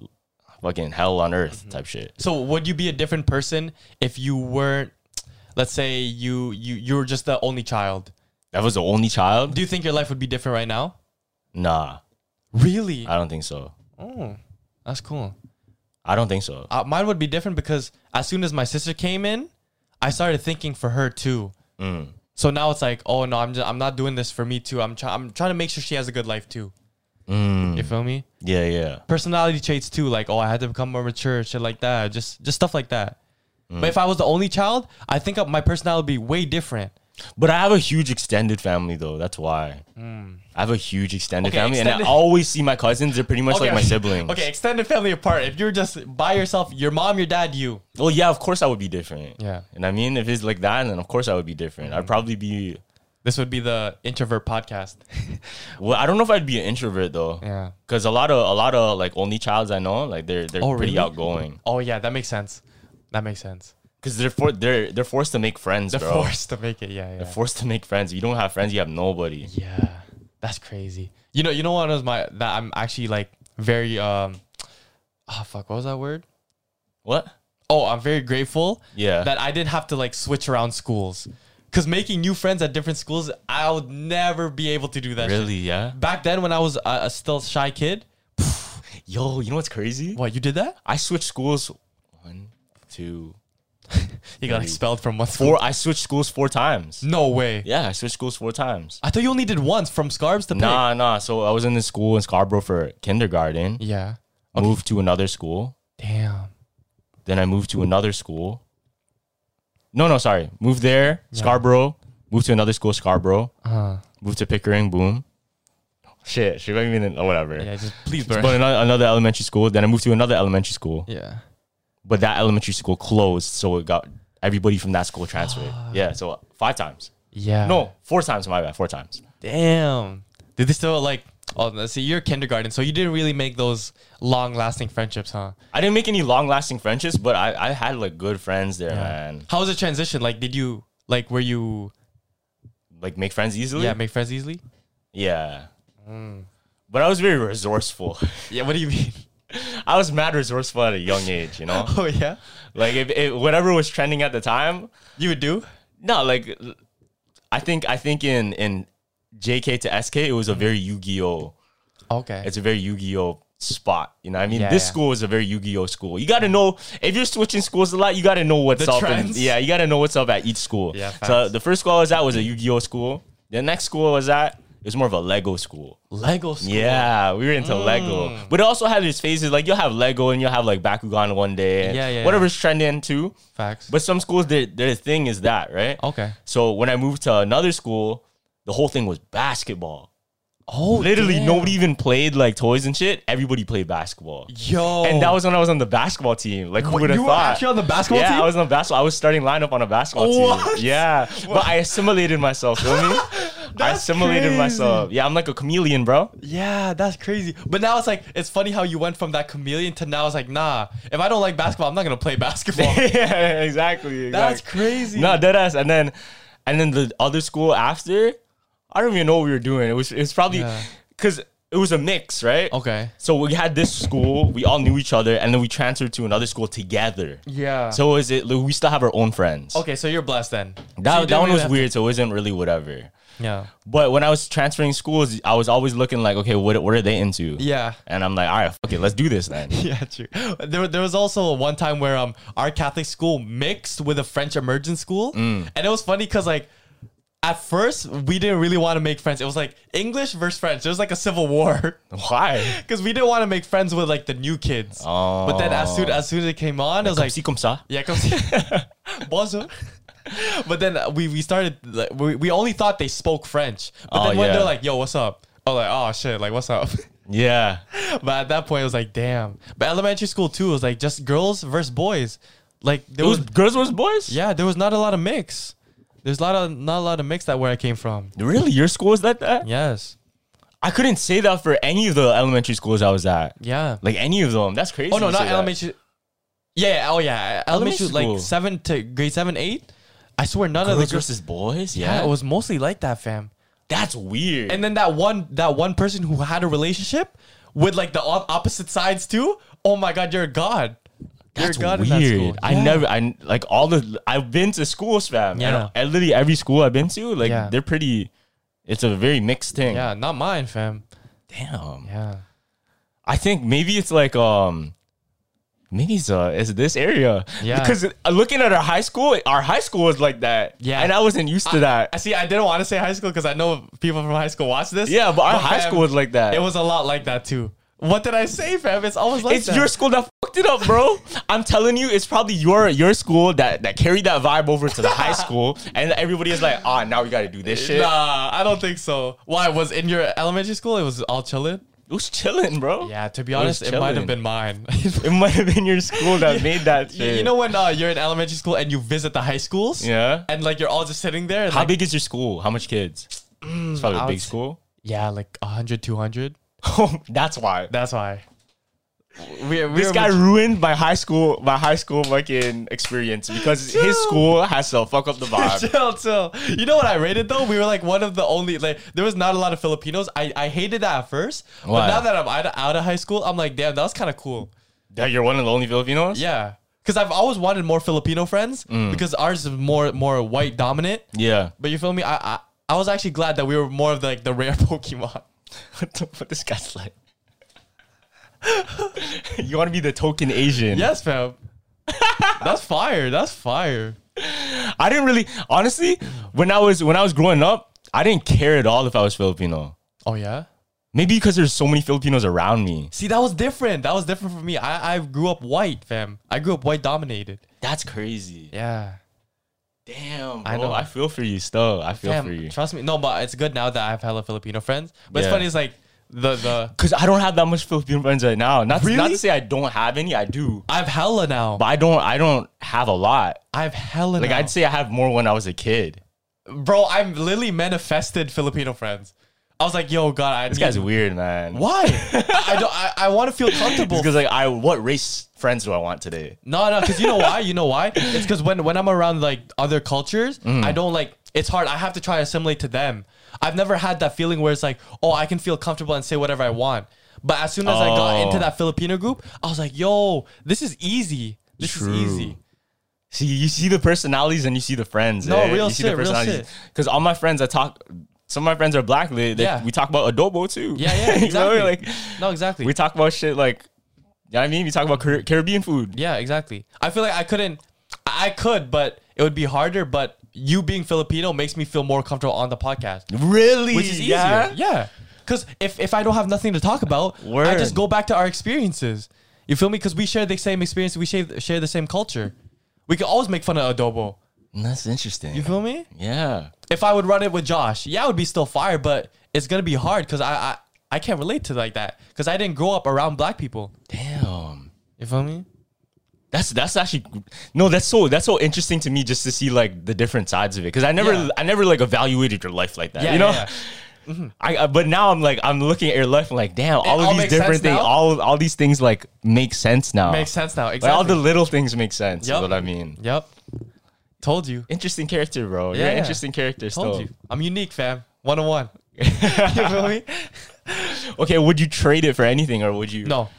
fucking hell on earth type shit. so would you be a different person if you weren't let's say you you you were just the only child That was the only child. do you think your life would be different right now Nah, really I don't think so. that's cool I don't think so. uh, mine would be different because as soon as my sister came in, I started thinking for her too. Mm. So now it's like, oh no, I'm just, I'm not doing this for me too. I'm try- I'm trying to make sure she has a good life too. Mm. You feel me? Yeah, yeah. Personality traits too, like oh, I had to become more mature, shit like that. Just just stuff like that. Mm. But if I was the only child, I think my personality would be way different. But I have a huge extended family though. That's why. I have a huge extended Hmm. Okay, family, and extended- I always see my cousins. They're pretty much like my siblings. Okay, extended family apart. If you're just by yourself, your mom, your dad, you. Well, yeah, of course I would be different. Yeah. Hmm. And I mean, if it's like that, then of course I would be different. I'd probably be. This would be the introvert podcast. Well, I don't know if I'd be an introvert though. Yeah. Because a lot of a lot of like only childs I know, like they're they're Oh, pretty really? outgoing. Oh yeah, that makes sense. That makes sense. Because they're for they're they're forced to make friends, They're bro. forced to make it. Yeah, yeah. They're forced to make friends. If you don't have friends, you have nobody. yeah, that's crazy. You know, you know what was my that I'm actually like very um, oh fuck, what was that word? What? Oh, I'm very grateful. Yeah. that I didn't have to like switch around schools. Because making new friends at different schools, I would never be able to do that. shit. Really, yeah? Back then, when I was a, a still shy kid, Yo, you know what's crazy? what you did that? I switched schools one, two, You got expelled from one school. four. I switched schools four times. No way. Yeah, I switched schools four times. I thought you only did once from Scarves to Pig. Nah, nah. So I was in the school in Scarborough for kindergarten. Yeah. Moved to another school. Damn. Then I moved to another school. No, no, sorry. Moved there, Scarborough. Moved to another school, Scarborough. Moved to Pickering, boom. Uh-huh. Shit, she might even oh, whatever. Yeah, just please burn. But another, another elementary school. Then I moved to another elementary school. yeah. But that elementary school closed, so it got everybody from that school transferred. yeah, so five times. Yeah. No, four times. My bad, four times. Damn. Did they still like? Oh, let's see. You're kindergarten, so you didn't really make those long-lasting friendships, huh? I didn't make any long-lasting friendships, but I, I had like good friends there, man. How was the transition? Like, did you like? Were you Like make friends easily. yeah make friends easily? Yeah. But I was very resourceful. Yeah. What do you mean? I was mad resourceful at a young age, you know? oh yeah. like if, if whatever was trending at the time, You would do. no, like I think I think in in JK to SK it was a very Yu-Gi-Oh. Okay. It's a very Yu-Gi-Oh spot. You know what I mean? Yeah, this yeah. school is a very Yu-Gi-Oh school. You gotta know if you're switching schools a lot, you gotta know what's The up. trends. yeah, you gotta know what's up at each school. Yeah, so facts. the first school I was at was a Yu-Gi-Oh school. The next school I was at it was more of a Lego school. Lego school. Mm. Yeah, we were into Lego. But it also had its phases. Like you'll have Lego and you'll have like Bakugan one day. And Yeah, yeah, Whatever's trending too. Facts. But some schools, their their thing is that right. Okay. So when I moved to another school, the whole thing was basketball. oh, Literally, damn. nobody even played like toys and shit. Everybody played basketball. Yo. And that was when I was on the basketball team. Like who Wait, would have you thought? were actually on the basketball yeah, team? I was on the basketball. I was starting lineup on a basketball What? team. Yeah, but I assimilated myself. Feel me? I That's assimilated crazy. myself. Yeah, I'm like a chameleon, bro. Yeah, that's crazy. But now it's like it's funny how you went from that chameleon to now it's like nah. If I don't like basketball, I'm not gonna play basketball. yeah, exactly. That's exactly. crazy. No, dead ass. And then, and then the other school after, I don't even know what we were doing. It was it was probably Yeah. because it was a mix, right? Okay. So we had this school, we all knew each other, and then we transferred to another school together. Yeah. So is it? We still have our own friends. Okay, so you're blessed then. So you That, didn't that one really was have to- weird, so it wasn't really whatever. Yeah. But when I was transferring schools, I was always looking like, okay, what, what are they into? Yeah. And I'm like, all right, fuck it, let's do this then. Yeah, true. There, there was also one time where um our Catholic school mixed with a French immersion school, Mm. and it was funny because like at first we didn't really want to make friends. It was like English versus French. There was like a civil war Why? because we didn't want to make friends with like the new kids. Oh. But then as soon as soon as it came on, it was Like, like si comme ça. yeah, come see. Bonjour. But then uh, we we started like, we, we only thought they spoke French. But Oh, then when yeah. they're like, "Yo, what's up?" Oh, like, "Oh shit, like what's up?" Yeah. But at that point, it was like, damn. But elementary school too it was like just girls versus boys. Like there It was was, girls versus boys? yeah, there was not a lot of mix. There's a lot of not a lot of mix that where I came from. Really? Your school is like that? Yes. I couldn't say that for any of the elementary schools I was at. Yeah. Like any of them. That's crazy. oh no, to not say that. elementary. Yeah, yeah. Oh yeah. Elementary, Elementary like school. seven to grade seven, eight. I swear, none of Girls the girls. versus boys? Yeah. Yeah, it was mostly like that, fam. That's weird. And then that one that one person who had a relationship with like the op- opposite sides too. Oh my god, you're a god. that's you're a god weird. in that school. I Yeah. never, I like all the, I've been to schools, fam. Yeah. And, and literally every school I've been to, like Yeah. they're pretty, it's a very mixed thing. Yeah, not mine, fam. Damn. Yeah. I think maybe it's like, um, maybe it's, uh, it's this area. Yeah. Because uh, looking at our high school, our high school was like that. Yeah. And I wasn't used to that. I see. I didn't want to say high school because I know people from high school watch this. yeah, but our high fam, school was like that. It was a lot like that too. What did I say, fam? It's always like it's that. your school that fucked it up, bro. I'm telling you, it's probably your your school that that carried that vibe over to the high school, and everybody is like, ah, now we got to do this shit. Nah, I don't think so. Why was in your elementary school? It was all chilling. It was chilling, bro. Yeah, to be was honest, it might have chilling. been mine. it might have been your school that made that you, shit. you know when uh, you're in elementary school and you visit the high schools? Yeah. And like you're all just sitting there. And, how like, big is your school? How much kids? it's Mm, I probably a would big say- school. Yeah, like 100, 200. That's why. That's why. We, we this guy ruined my high school, my high school fucking experience because his school has to fuck up the vibe. chill, chill. You know what I rated though? We were like one of the only like there was not a lot of Filipinos. I, I hated that at first, Why? but now that I'm out of, out of high school, I'm like, damn, that was kind of cool. that you're one of the only Filipinos. Yeah, Because I've always wanted more Filipino friends because ours is more more white dominant. Mm. Yeah. But you feel me? I, I I was actually glad that we were more of the, like the rare Pokemon. What the fuck? This guy's like. you want to be the token Asian? Yes, fam. That's fire. That's fire. I didn't really, honestly, when I was when I was growing up, I didn't care at all if I was Filipino. Oh yeah. Maybe because there's so many Filipinos around me. See, that was different. That was different for me. I I grew up white, fam. I grew up white dominated. That's crazy. Yeah. Damn, I bro, know. I feel for you still. I feel for Fam, you. trust me. No, but it's good now that I have hella Filipino friends. But Yeah. it's funny. It's like the the Cause I don't have that much Filipino friends right now. Not, not Really? to say I don't have any, I do. I have hella now. But I don't I don't have a lot. I have hella Like now. I'd say I have more when I was a kid. bro, I'm literally manifested Filipino friends. I was like, yo, God, I This need- guy's weird, man. Why? I I don't. I, I want to feel comfortable. Because like I what race friends do I want today? No, no, because you know why? You know why? It's because when, when I'm around like other cultures, Mm. I don't like. It's hard. I have to try to assimilate to them. I've never had that feeling where it's like, oh, I can feel comfortable and say whatever I want. But as soon as I got Oh. into that Filipino group, I was like, yo, this is easy. This True. is easy. See, you see the personalities and you see the friends. No, eh? real you see shit, real shit. Because all my friends, I talk. Some of my friends are black. They, they- Yeah. we talk about adobo too. Yeah, yeah, You know, exactly. like no, exactly. we talk about shit like, you know what I mean, we talk about Car- Caribbean food. yeah, exactly. I feel like I couldn't. I I could, but it would be harder. But you being Filipino makes me feel more comfortable on the podcast. Really? which is easier. Yeah. yeah? Cause if, if I don't have nothing to talk about, I Word. just go back to our experiences. You feel me? Cause we share the same experience, we share share the same culture. We can always make fun of adobo. Mm, That's interesting. You feel me? yeah. If I would run it with Josh, yeah, it would be still fire, but it's gonna be hard because I, I I can't relate to like that. Cause I didn't grow up around black people. Damn. You feel me? That's that's actually no. That's so that's so interesting to me just to see like the different sides of it because I never Yeah. I never like evaluated your life like that. you know. yeah. Mm-hmm. I, I but now I'm like I'm looking at your life and like damn all all of these makes sense different things now? all all these things like make sense now Makes sense now. like Exactly. all the little things make sense Yup. is what I mean Yep. Told you. interesting character bro you're an Yeah. interesting character Told still you. I'm unique, fam. One on one. You feel me? okay would you trade it for anything or would you No.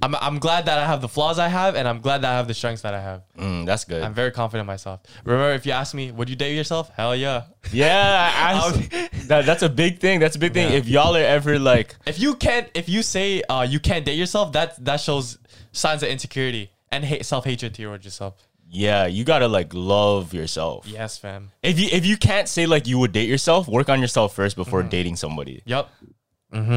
I'm, I'm glad that I have the flaws I have, and I'm glad that I have the strengths that I have. Mm, that's good I'm very confident in myself. Remember, if you ask me, would you date yourself? Hell yeah. yeah I- that, that's a big thing that's a big thing if y'all are ever like If you can't, if you say uh, you can't date yourself, that that shows signs of insecurity and hate, self hatred towards yourself. yeah you gotta like love yourself Yes, fam. if you if you can't say like you would date yourself work on yourself first before Mm-hmm. dating somebody Yup.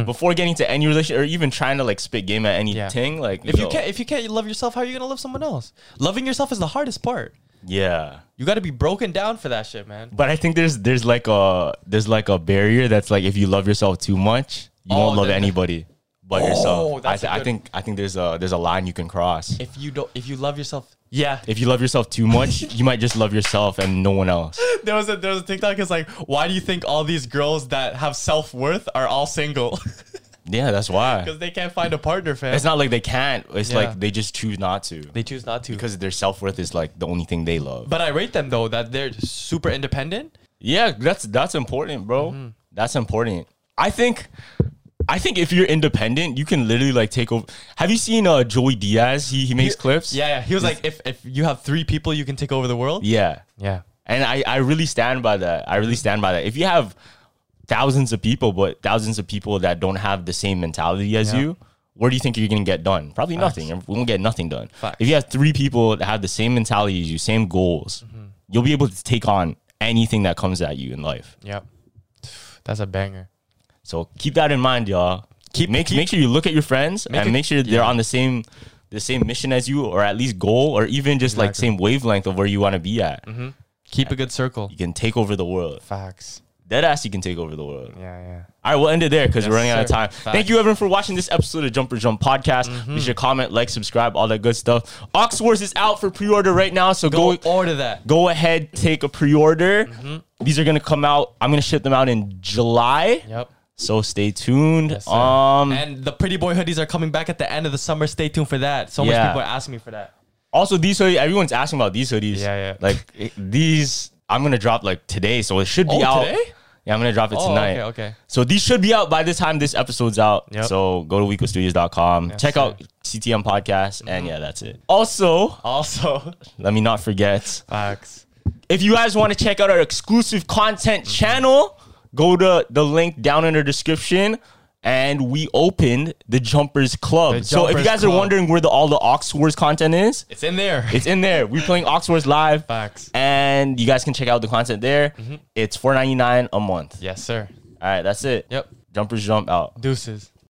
before getting to any relationship or even trying to like spit game at anything Mm-hmm. Yeah. like If yo, you can't, if you can't love yourself, how are you gonna love someone else? Loving yourself is the hardest part. yeah You got to be broken down for that shit, man. But I think there's there's like a there's like a barrier that's like if you love yourself too much, you Oh, won't love that- anybody but yourself. I, that's a I good- think I think there's a there's a line you can cross. If you don't, if you love yourself, yeah. If you love yourself too much, you might just love yourself and no one else. There was a there was a TikTok. It's like, why do you think all these girls that have self worth are all single? Yeah, that's why. Because they can't find a partner, fam. It's not like they can't. It's Yeah. like they just choose not to they choose not to. because their self worth is like the only thing they love. But I rate them though that they're super independent. Yeah, that's that's important, bro. Mm-hmm. That's important. I think I think if you're independent, you can literally like take over. Have you seen uh Joey Diaz? He he makes clips. Yeah, yeah. he was like, if if you have three people, you can take over the world. Yeah. Yeah, And I, I really stand by that. I really stand by that. If you have thousands of people, but thousands of people that don't have the same mentality as you, where do you think you're going to get done? Probably nothing. We won't get nothing done. Facts. If you have three people that have the same mentality as you, same goals, you'll be able to take on anything that comes at you in life. yeah. That's a banger. So keep that in mind, y'all. Keep make make sure you look at your friends and it- make sure they're on the same the same mission as you, or at least goal, or even just like same wavelength of where you want to be at. Keep a good circle. You can take over the world. Facts. Dead ass, you can take over the world. Yeah, yeah. All right, we'll end it there because we're running out of sir. time. Facts. Mm-hmm. Thank you, everyone, for watching this episode of Jumper Jump Podcast. Be sure to comment, like, subscribe, all that good stuff. Ox Wars is out for pre order right now, so Go Mm-hmm. go go, order that. ahead, take a pre order. These are gonna come out. I'm gonna ship them out in July. Yep. So stay tuned. Yes, sir. um, and the pretty boy hoodies are coming back at the end of the summer. Stay tuned for that. So Yeah. much people are asking me for that. also these hoodies. Everyone's asking about these hoodies. Yeah, yeah. Like it- these, I'm gonna drop like today, so it should be Oh, out. today? Yeah, I'm gonna drop it Oh, tonight. okay, okay. So these should be out by the time this episode's out. Yep. So go to weekwithstudios.com. Check sir. out CTM podcast, Mm-hmm. and yeah, that's it. Also, Also, let me not forget facts. if you guys want to check out our exclusive content Mm-hmm. channel, go to the link down in the description. And we opened the Jumpers Club. The so if you Jumpers guys are Club. wondering where the all the Ox Wars content is, It's in there. it's in there. We're playing Ox Wars live, Facts. Mm-hmm. and you guys can check out the content there. It's four ninety nine a month. yes, sir. All right, that's it. Yep. Jumpers jump out. Deuces.